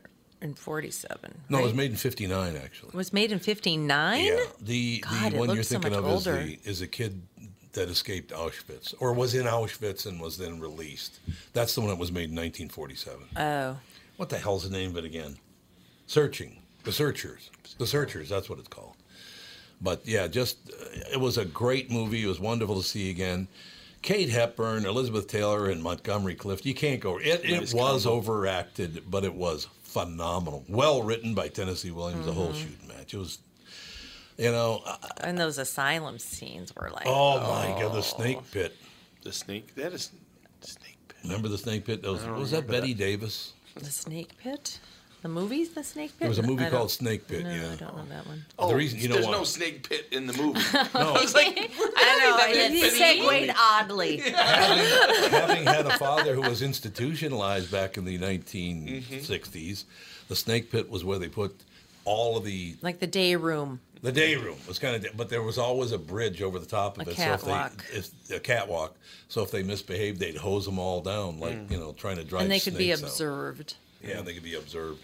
C: in 47.
A: no, it was
C: right?
A: made in 59 actually.
C: It was made in 59.
A: Yeah, the
C: God,
A: the
C: it
A: one you're
C: looks so
A: thinking
C: much
A: of
C: older.
A: is the is a kid that escaped Auschwitz or was in Auschwitz and was then released. That's the one that was made in 1947.
C: Oh,
A: What the hell's the name of it again? Searching. The Searchers. The Searchers, that's what it's called. But yeah, just uh, it was a great movie. It was wonderful to see again. Kate Hepburn, Elizabeth Taylor, and Montgomery Clift. You can't go. It, it
B: Nice
A: was
B: combo.
A: overacted, but it was phenomenal. Well written by Tennessee Williams, the whole
C: Mhm.
A: shooting match. It was, you know, uh,
C: and those asylum scenes were like,
A: oh my God, the snake pit.
B: The snake. That is.
A: Remember the snake pit? That was,
C: I don't
A: was that
C: remember
A: Betty Davis?
C: The Snake Pit? The movie, The Snake Pit?
A: There was a movie
C: I
A: called
C: don't-
A: Snake Pit,
C: No,
A: yeah.
C: I don't know that one.
A: Oh, the reason you know
B: there's
A: <laughs> why.
B: no snake pit in the movie.
G: <laughs>
A: No.
B: I was
A: <laughs>
B: like,
C: I know,
B: that
C: he
B: is funny.
C: segued oddly.
A: having had a father who was institutionalized back in the 1960s,
B: Mm-hmm.
A: the snake pit was where they put all of the
C: Like the day room.
A: the day room was kind of, but there was always a bridge over the top of
C: A
A: it.
C: catwalk.
A: So if they, if, a catwalk. So if they misbehaved, they'd hose them all down, like you know, trying to drive.
C: Mm. and they could be
A: snakes out.
C: observed.
A: Yeah, they could be observed.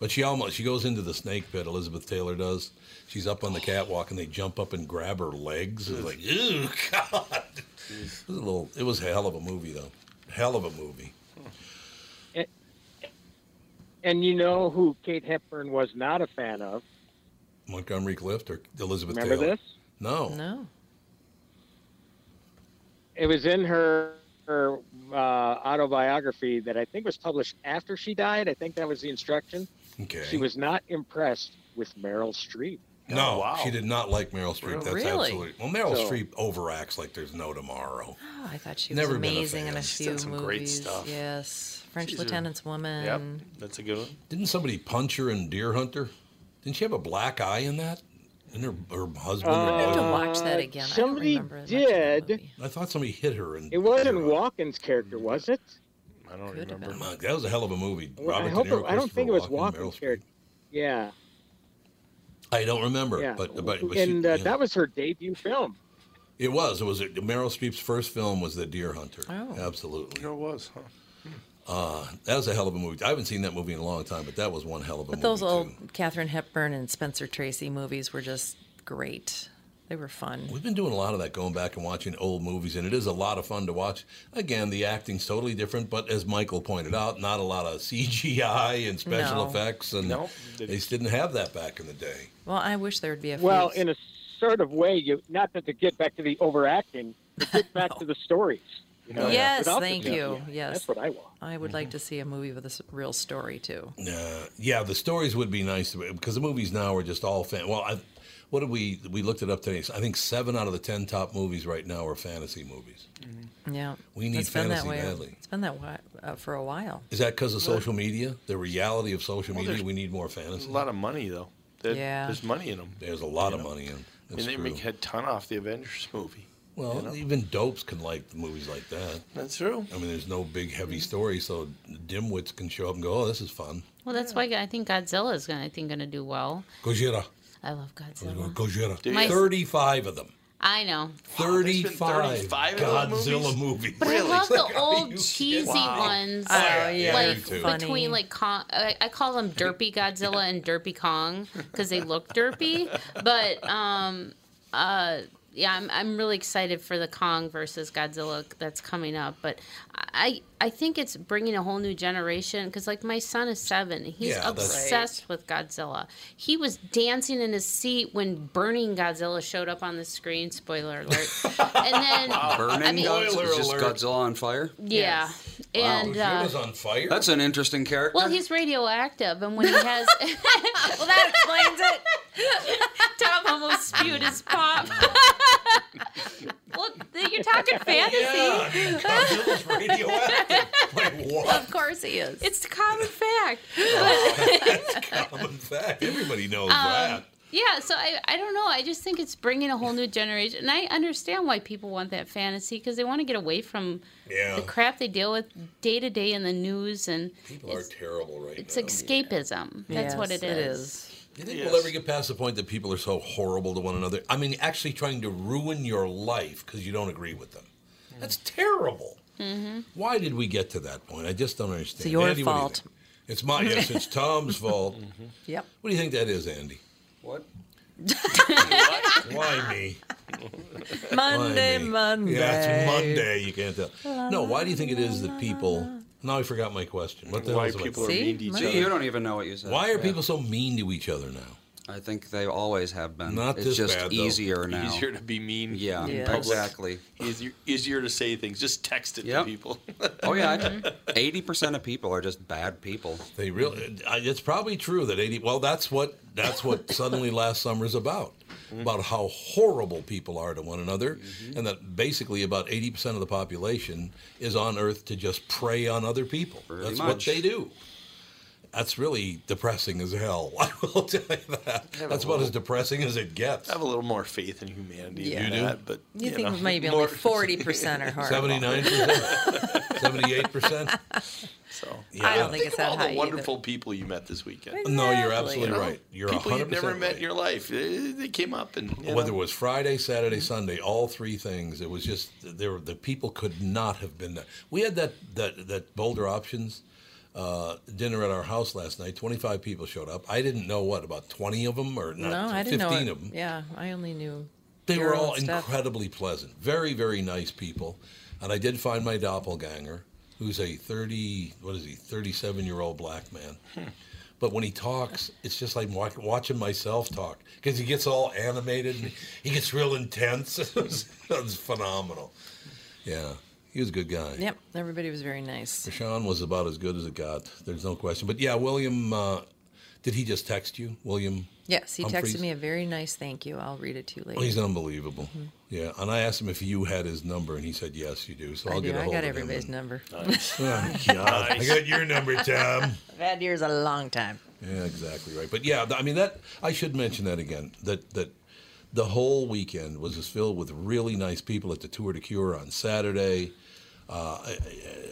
A: But she almost she goes into the snake pit. Elizabeth Taylor does. She's up on the catwalk, and they jump up and grab her legs. It's like, ew, <laughs> God. It was a little. It was a hell of a movie, though. Hell of a movie.
F: And you know who Kate Hepburn was not a fan of?
A: Montgomery Clift or Elizabeth
F: Remember
A: Taylor.
F: this?
A: No.
C: No.
F: It was in her her uh, autobiography that I think was published after she died. I think that was the instruction.
A: Okay.
F: She was not impressed with Meryl Streep.
A: No,
B: Oh,
A: she did not like Meryl Streep. That's
F: Really?
A: absolutely. Well, Meryl
F: So-
A: Streep overacts like there's no tomorrow.
C: Oh, I thought she was
A: Never been a
C: amazing in
A: fan.
C: a
A: She's
C: few
A: done some
C: movies.
A: great stuff.
C: Yes. French
B: She's a-
C: Lieutenant's Woman.
B: Yep, that's a good one.
A: Didn't somebody punch her in Deer Hunter? Didn't she have a black eye in that? And her her husband. or
F: Uh,
A: boyfriend?
C: that again. I don't
F: Somebody
C: remember much
F: did.
A: I thought somebody hit her in
F: It wasn't Walken's character, was it?
B: I don't
F: remember.
A: Mug, That was a hell of a movie.
F: Well,
A: Robert
F: I hope
A: De Niro,
F: it, I don't think it was
A: Christopher Walken,
F: Walken's
A: Meryl
F: character. Yeah,
A: Streep. I don't remember,
F: yeah.
A: but, but, but she-
F: and uh,
A: yeah.
F: that was her debut film.
A: it was. It was Meryl Streep's first film was The Deer Hunter.
F: Oh.
A: Absolutely.
B: It was, huh?
A: Uh, that was a hell of a movie. I haven't seen that movie in a long time, but that was one hell of
C: But
A: a movie.
C: those old Katherine Hepburn and Spencer Tracy movies were just great. They were fun.
A: We've been doing a lot of that, going back and watching old movies, and it is a lot of fun to watch. Again, the acting's totally different, but as Michael pointed out, not a lot of <laughs> CGI and special
C: No.
A: effects, and
C: Nope.
A: they just didn't have that back in the day.
C: Well, I wish there would be a
F: Well,
C: few.
F: in
C: <laughs>
F: a sort of way, you not that to get back to the overacting, but get back to the stories. You know,
C: yes,
F: without the
C: thank
F: stuff.
C: you.
F: Yeah,
C: Yes,
F: that's what I want.
C: I would
A: Mm-hmm.
C: like to see a movie with a s- real story too.
A: Uh, yeah, the stories would be nice to- because the movies now are just all fan. Well, I, what did we we looked it up today? I think seven out of the ten top movies right now are fantasy movies.
C: Mm-hmm. Yeah,
A: We need
C: it's been that
A: fantasy
C: way.
A: badly.
C: It's been that way uh, for a while.
A: Is that because of
C: Well-
A: social media? The reality of social
C: Well,
A: media,
C: there's
A: we need more fantasy.
B: a lot of money though. There-
C: Yeah.
B: There's money in them.
A: There's a lot of money in 'em.
B: And
A: That's
B: they
A: true.
B: make a ton off the Avengers <laughs> movie.
A: Well,
B: you know?
A: even dopes can like movies like that.
B: That's true. Mm-hmm.
A: I mean, there's no big heavy story, so dimwits can show up and go, "Oh, this is fun."
G: Well, that's why I think Godzilla is gonna I think gonna do well.
A: Gojira,
G: I love Godzilla.
A: Gojira,
G: Do you?
A: thirty-five of them.
G: I know.
A: Thirty-five,
B: 35 of those
A: Godzilla
B: movies?
A: movies.
G: But I
A: <laughs>
G: love the old cheesy
A: Wow.
G: ones,
A: Oh, yeah, yeah,
G: like
A: they're too.
G: between like Kong. I, I call them Derpy Godzilla and Derpy Kong because they look derpy. But um, uh, yeah, I'm, I'm really excited for the Kong versus Godzilla that's coming up. But I I think it's bringing a whole new generation because like my son is seven. He's
K: Yeah, that's-
G: obsessed with Godzilla. He was dancing in his seat when Burning Godzilla showed up on the screen. Spoiler alert.
A: <laughs>
G: and then
D: Burning
G: I mean-
D: Godzilla.
G: Spoiler
D: Is just
G: alert.
D: Godzilla on fire?
G: Yeah. And uh,
A: fire.
D: That's an interesting character.
G: well, he's radioactive, and when he
A: <laughs>
G: has, well, that explains it. <laughs> Tom almost spewed his
A: <laughs>
G: pop. well, th- you're talking fantasy. Of course he is. It's a common fact.
A: In fact, everybody knows
G: Um,
A: that.
G: Yeah, so I, I don't know. I just think it's bringing a whole new generation. And I understand why people want that fantasy because they want to get away from
A: Yeah.
G: the crap they deal with day to day in the news. And
A: People are terrible right
G: it's
A: now.
G: escapism. That's what
C: Yes,
G: it
C: it
G: is.
A: You think we'll ever get past the point that people are so horrible to one another? I mean, actually trying to ruin your life because you don't agree with them. That's terrible.
K: Mm-hmm.
A: Why did we get to that point? I just don't understand.
K: It's your
A: Andy, what do you
K: fault.
A: think? It's my yes. It's Tom's fault.
C: Yep.
A: What do you think that is, Andy?
D: What?
A: Why me?
C: Monday,
A: Why me?
C: Monday.
A: Yeah, it's Monday. You can't tell. No, why do you think it is that people? Now I forgot my question. What the
D: Why
A: hell is my
D: people are
A: question?
D: mean to each See? other. See, you don't even know what you said.
A: Why are
D: Yeah.
A: people so mean to each other now?
D: I think they always have been.
A: Not
D: it's
A: this
D: just
A: bad, though.
D: easier now.
B: Easier to be mean.
D: Yeah,
B: in
D: Yeah.
B: public.
D: exactly.
B: Easier, easier to say things. Just text it to people. <laughs>
D: Oh yeah, eighty percent of people are just bad people.
A: They really. I- It's probably true that eighty. Well, that's what that's
B: <laughs>
A: what suddenly last summer's about.
B: Mm-hmm.
A: About how horrible people are to one another, and that basically about eighty percent of the population is on Earth to just prey on other people. that's what
D: much.
A: they do. That's really depressing as hell. <laughs> I will tell you that.
B: Have a
A: That's about as
B: little-
A: depressing as it gets.
B: I have a little more faith in humanity.
A: Yeah.
B: than
A: You do?
B: that, but
C: You,
B: you,
C: think
B: know,
C: maybe
B: more-
C: only forty percent <laughs> are
A: <laughs>
C: horrible.
A: Seventy
C: <laughs>
A: nine percent, seventy eight percent.
B: So
A: Yeah.
C: I don't think it's
B: of
C: that
B: all
C: high
B: the
C: either.
B: wonderful people you met this weekend.
A: No, you're absolutely
B: You know,
A: right. You're
B: people you've
A: 100%
B: never met in your life. They, they came up and you
A: Oh, Whether
B: know.
A: it was Friday,
C: Mm-hmm.
A: Saturday, Sunday, all three things, it was just there. were- The people could not have been there. We had that that that Boulder Options uh, dinner at our house last night. Twenty five people showed up. I didn't know what about twenty of them or not
C: no, I didn't know.
A: fifteen
C: It.
A: of them.
C: Yeah, I only knew.
A: They
C: your
A: were
C: old
A: all
C: stuff.
A: incredibly pleasant, very very nice people, and I did find my doppelganger, who's a thirty what is he thirty seven year old black man.
C: <laughs>
A: But when he talks, it's just like wa- watching myself talk because he gets all animated and he gets real intense. <laughs> It was, it was phenomenal. Yeah, he was a good guy.
C: Yep, everybody was very nice.
A: Rashawn was about as good as it got. There's no question. But yeah, William, uh, did he just text you, William?
C: Yes, he
A: Humphreys?
C: texted me a very nice thank you. I'll read it to you later.
A: Well, Oh, he's unbelievable. Yeah, and I asked him if you had his number, and he said yes, you do. So
C: I
A: I'll
C: do.
A: get a
C: I
A: hold
C: got
A: of
C: everybody's
A: him.
B: <laughs>
C: number.
A: and- <laughs> Oh, God. I got your number, Tom.
C: I've had yours a long time.
A: Yeah, exactly right. But yeah, th- I mean that I should mention that again. That that the whole weekend was just filled with really nice people at the Tour de Cure on Saturday. Uh,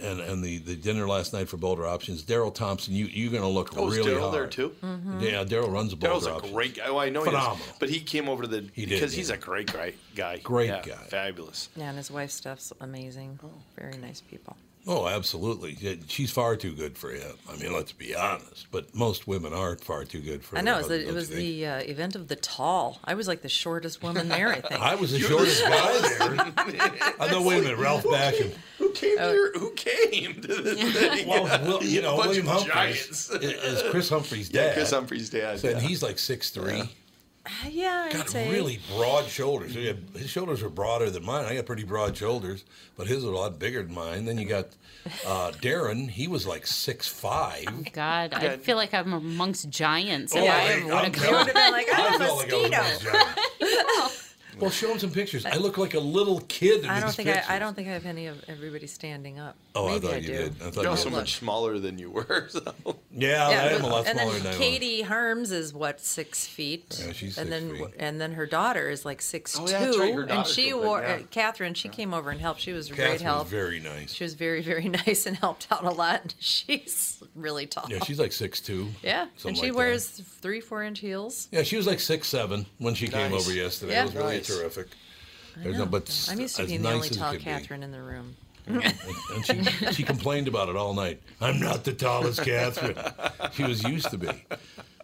A: and and the, the dinner last night for Boulder Options, Daryl Thompson, you you're gonna look
B: Oh, is
A: really
B: Daryl
A: hard.
B: there too?
C: Mm-hmm.
B: Mhm.
A: Yeah, Daryl runs a Boulder
B: Daryl's a
A: Options.
B: great guy. Oh, I know he
A: Phenomenal.
B: is. But he came over to the
A: He did,
B: because
A: yeah.
B: he's a great guy. Guy,
A: Great
B: Yeah,
A: guy.
B: fabulous.
C: Yeah, and his wife's stuff's amazing. Very nice people.
A: Oh, absolutely. Yeah, She's far too good for him. I mean, let's be honest. But most women aren't far too good for.
C: I know.
A: their
C: It was, the,
A: husbands,
C: it was
A: don't you think?
C: the uh, event of the tall. I was like the shortest woman there, I
A: <laughs>
C: think.
A: I was the shortest guy there. I know. Wait a
B: <laughs>
A: minute, Ralph Basham.
B: Who came
C: Oh.
B: here? Who came to this
C: <laughs>
B: thing?
A: Well, Will, you know,
B: Bunch
A: William
B: of
A: Humphreys
B: giants.
A: is is Chris Humphrey's dad.
B: Yeah, Chris Humphrey's dad.
A: So, and
B: yeah.
A: he's like six three.
C: Yeah, I'd
A: Got
C: say.
A: really broad shoulders. He had- His shoulders are broader than mine. I got pretty broad shoulders, but his are a lot bigger than mine. Then you got uh, Darren. He was like six five.
G: God, I
A: Good.
G: feel like I'm amongst giants.
A: Oh,
G: if
A: I-
G: I would
A: I'm
G: have
A: telling
G: gone.
A: you, I felt like I was amongst giants. Well, show him some pictures. I look like a little kid in
C: I don't
A: these
C: think
A: pictures.
C: I, I don't think I have any of everybody standing up.
A: Oh, I
C: Maybe
A: thought you
C: do.
A: did. I thought
B: You're
A: you
B: also
A: did.
B: much smaller than you were. <laughs> So.
A: Yeah, I am a lot
C: and
A: smaller
C: then
A: than I was.
C: Katie Harms is what six feet,
A: Yeah, she's six
C: and then and then her daughter is like six
B: Oh,
C: two,
B: yeah, that's right, her
C: and
B: daughter's
C: she
B: real big,
C: wore
B: yeah.
C: uh, Catherine. She came over and helped. She was a great
A: Catherine
C: help.
A: was very nice.
C: She was very very <laughs> nice and helped out a lot. She's really tall.
A: Yeah, she's like six two.
C: <laughs> yeah, and she
A: like that.
C: wears three four inch heels.
A: Yeah, she was like six seven when she came
C: Nice.
A: over yesterday.
C: Yeah.
A: It was really
C: Nice.
A: terrific.
C: I
A: There's
C: know.
A: no- but
C: I'm used to
A: as
C: being the
A: nice
C: only
A: as
C: tall
A: could be.
C: Catherine in the room.
A: And she,
C: <laughs>
A: she complained about it all night. I'm not the tallest Catherine. She was used to be.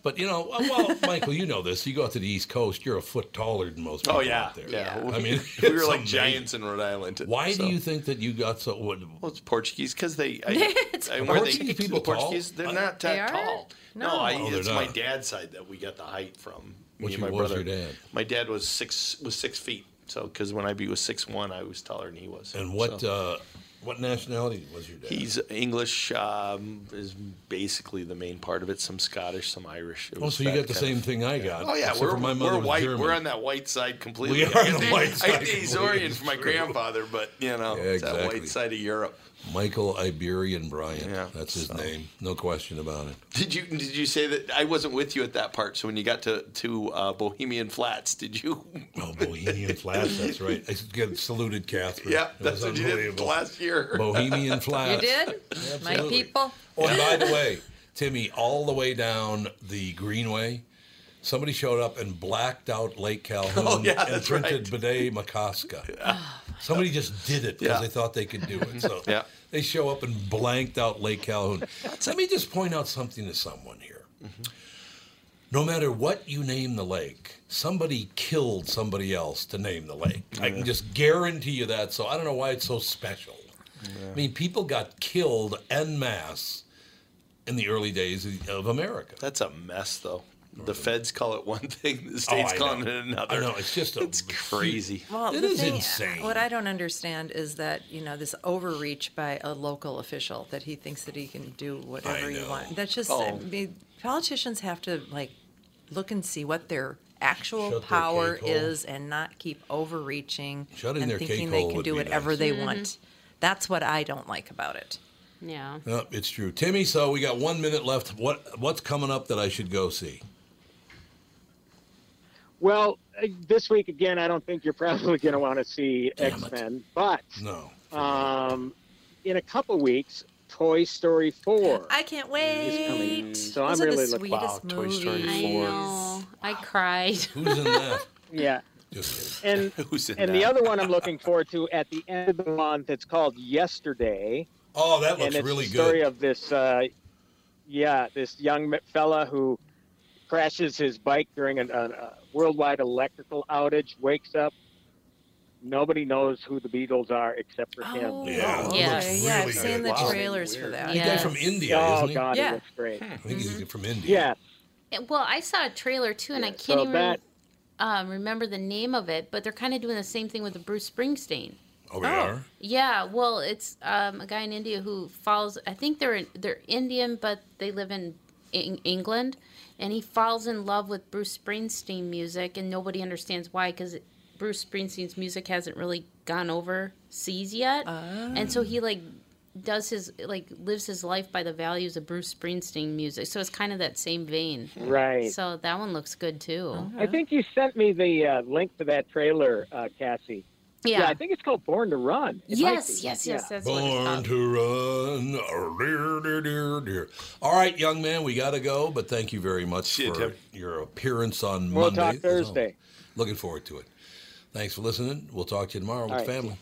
A: But you know, uh, well, Michael, you know this. You go out to the East Coast, you're a foot taller than most people
B: Oh yeah,
A: out there.
B: yeah.
A: I mean,
B: <laughs> we
A: it's
B: were like
A: amazing.
B: giants in Rhode Island.
A: Why
B: so-
A: do you think that you got so? What,
B: well, it's Portuguese because they.
C: <laughs>
B: I,
C: It's
B: I, where
A: Portuguese
B: they,
A: people
B: the Portuguese,
A: tall?
B: they're not
C: Uh, They
B: that
C: are?
B: tall.
C: No.
B: I,
C: Oh,
A: they're
B: it's my
A: not.
B: dad's side that we got the height from.
A: What's
B: me and
A: your-
B: my
A: what was
B: brother.
A: your dad?
B: My dad was six was six feet. So because when I be was six one, I was taller than he was.
A: And what
B: So,
A: uh, what nationality was your dad?
B: he's English um, is basically the main part of it. Some Scottish, some Irish. It
A: Oh,
B: was
A: so you
B: that
A: got the
B: kind of-
A: same thing I got.
B: Oh yeah,
A: except
B: we're,
A: for my mother
B: we're
A: was
B: white.
A: German.
B: We're on that white side completely.
A: We are
B: I
A: on the
B: think- I
A: white side
B: think he's
A: completely.
B: Orient for my grandfather, but you know,
A: Yeah,
B: it's that
A: exactly.
B: white side of Europe.
A: Michael Iberian Bryant. that's his name. No question about it.
B: Did you did you say that I wasn't with you at that part? So when you got to to uh, Bohemian Flats, did you?
A: Oh, Bohemian Flats. That's <laughs> right. I again, saluted Catherine.
B: Yeah,
A: It
B: that's
A: was
B: what you did
A: unbelievable.
B: last year. <laughs>
A: Bohemian
C: You
A: Flats.
C: did, my people.
A: Oh, and by the way, Timmy, all the way down the Greenway, somebody showed up and blacked out Lake Calhoun
B: Oh, yeah,
A: and
B: that's
A: printed Bidet Makaska.
B: <laughs>
A: Somebody just did it because
B: Yeah.
A: they thought they could do it. So
B: Yeah.
A: they show up and blanked out
B: <laughs>
A: Lake Calhoun. Let me just point out something to someone here.
B: Mm-hmm.
A: No matter what you name the lake, somebody killed somebody else to name the lake. I can just guarantee you that. So I don't know why it's so special. I mean, people got killed en masse in the early days of America.
B: That's a mess, though. The feds call it one thing, the states
A: I
B: calling
A: know.
B: it another.
A: I know, it's just a-
B: it's crazy.
C: Well,
A: It
C: the
A: is
C: thing,
A: insane.
C: What I don't understand is that you know this overreach by a local official that he thinks that he can do whatever he wants. That's just I
B: Oh.
C: mean, politicians have to like look and see what their actual
A: Shut their
C: power
A: cake hole.
C: is and not keep overreaching
A: Shutting
C: and
A: their
C: thinking
A: cake
C: they
A: hole
C: can
A: would
C: do
A: be
C: whatever
A: nice.
C: they
G: Mhm.
C: want. That's what I don't like about it.
G: Yeah.
A: Yep, it's true. Timmy, so we got one minute left. What What's coming up that I should go see?
F: Well, uh, this week again, I don't think you're probably going to want to see X Men, but
A: No.
F: um, in a couple weeks, Toy Story Four.
C: I can't wait.
F: So I'm
C: Those are
F: really
C: the
F: looking-
C: sweetest
F: Mm. Wow, Toy
C: movies.
F: Story
G: I know. I cried.
A: <laughs> Who's in that?
F: <laughs>
A: <laughs>
F: Yeah. And
B: Who's in
F: and
B: that?
F: the other one I'm looking forward to at the end of the month. It's called Yesterday.
A: Oh, that
F: and
A: looks
F: it's
A: really
F: the story
A: good.
F: of this, uh, yeah, this young m- fella who crashes his bike during an, a, a worldwide electrical outage, wakes up. Nobody knows who the Beatles are except for
C: Oh,
F: him.
C: Yeah,
A: that
C: yeah,
A: looks
C: yeah, I've
A: really
C: seen
A: good.
C: the
A: Wow.
C: trailers for that.
A: The guy from
C: Yes.
A: India,
F: Oh,
A: isn't he?
F: God,
C: Yeah.
F: he looks great.
A: I think
G: Mm-hmm.
A: he's from India.
F: Yeah,
G: Yeah, Well, I saw a trailer too, and I can't
F: so
G: even
F: that-
G: um, remember the name of it. But they're kind of doing the same thing with the Bruce Springsteen.
A: Oh, we are?
G: Yeah, well, it's um, a guy in India who falls. I think they're they're Indian, but they live in, in England, and he falls in love with Bruce Springsteen music, and nobody understands why because Bruce Springsteen's music hasn't really gone overseas yet, and so he like does his like lives his life by the values of Bruce Springsteen music. So it's kind of that same vein,
F: Right.
G: So that one looks good too.
F: I think you sent me the uh, link to that trailer, uh, Cassie.
G: Yeah.
F: I think it's called Born to Run. It might
G: Yes,
F: be.
G: yes, yes,
F: Yeah.
G: that's what it's
A: Born
G: called.
A: to run. Dear, dear, dear, dear. All right, young man, we got to go, but thank you very much
B: you,
A: for
B: Tim.
A: your appearance on
F: We'll
A: Monday.
F: talk
A: as always.
F: Thursday.
A: Looking forward to it. Thanks for listening. We'll talk to you tomorrow with
F: right.
A: family.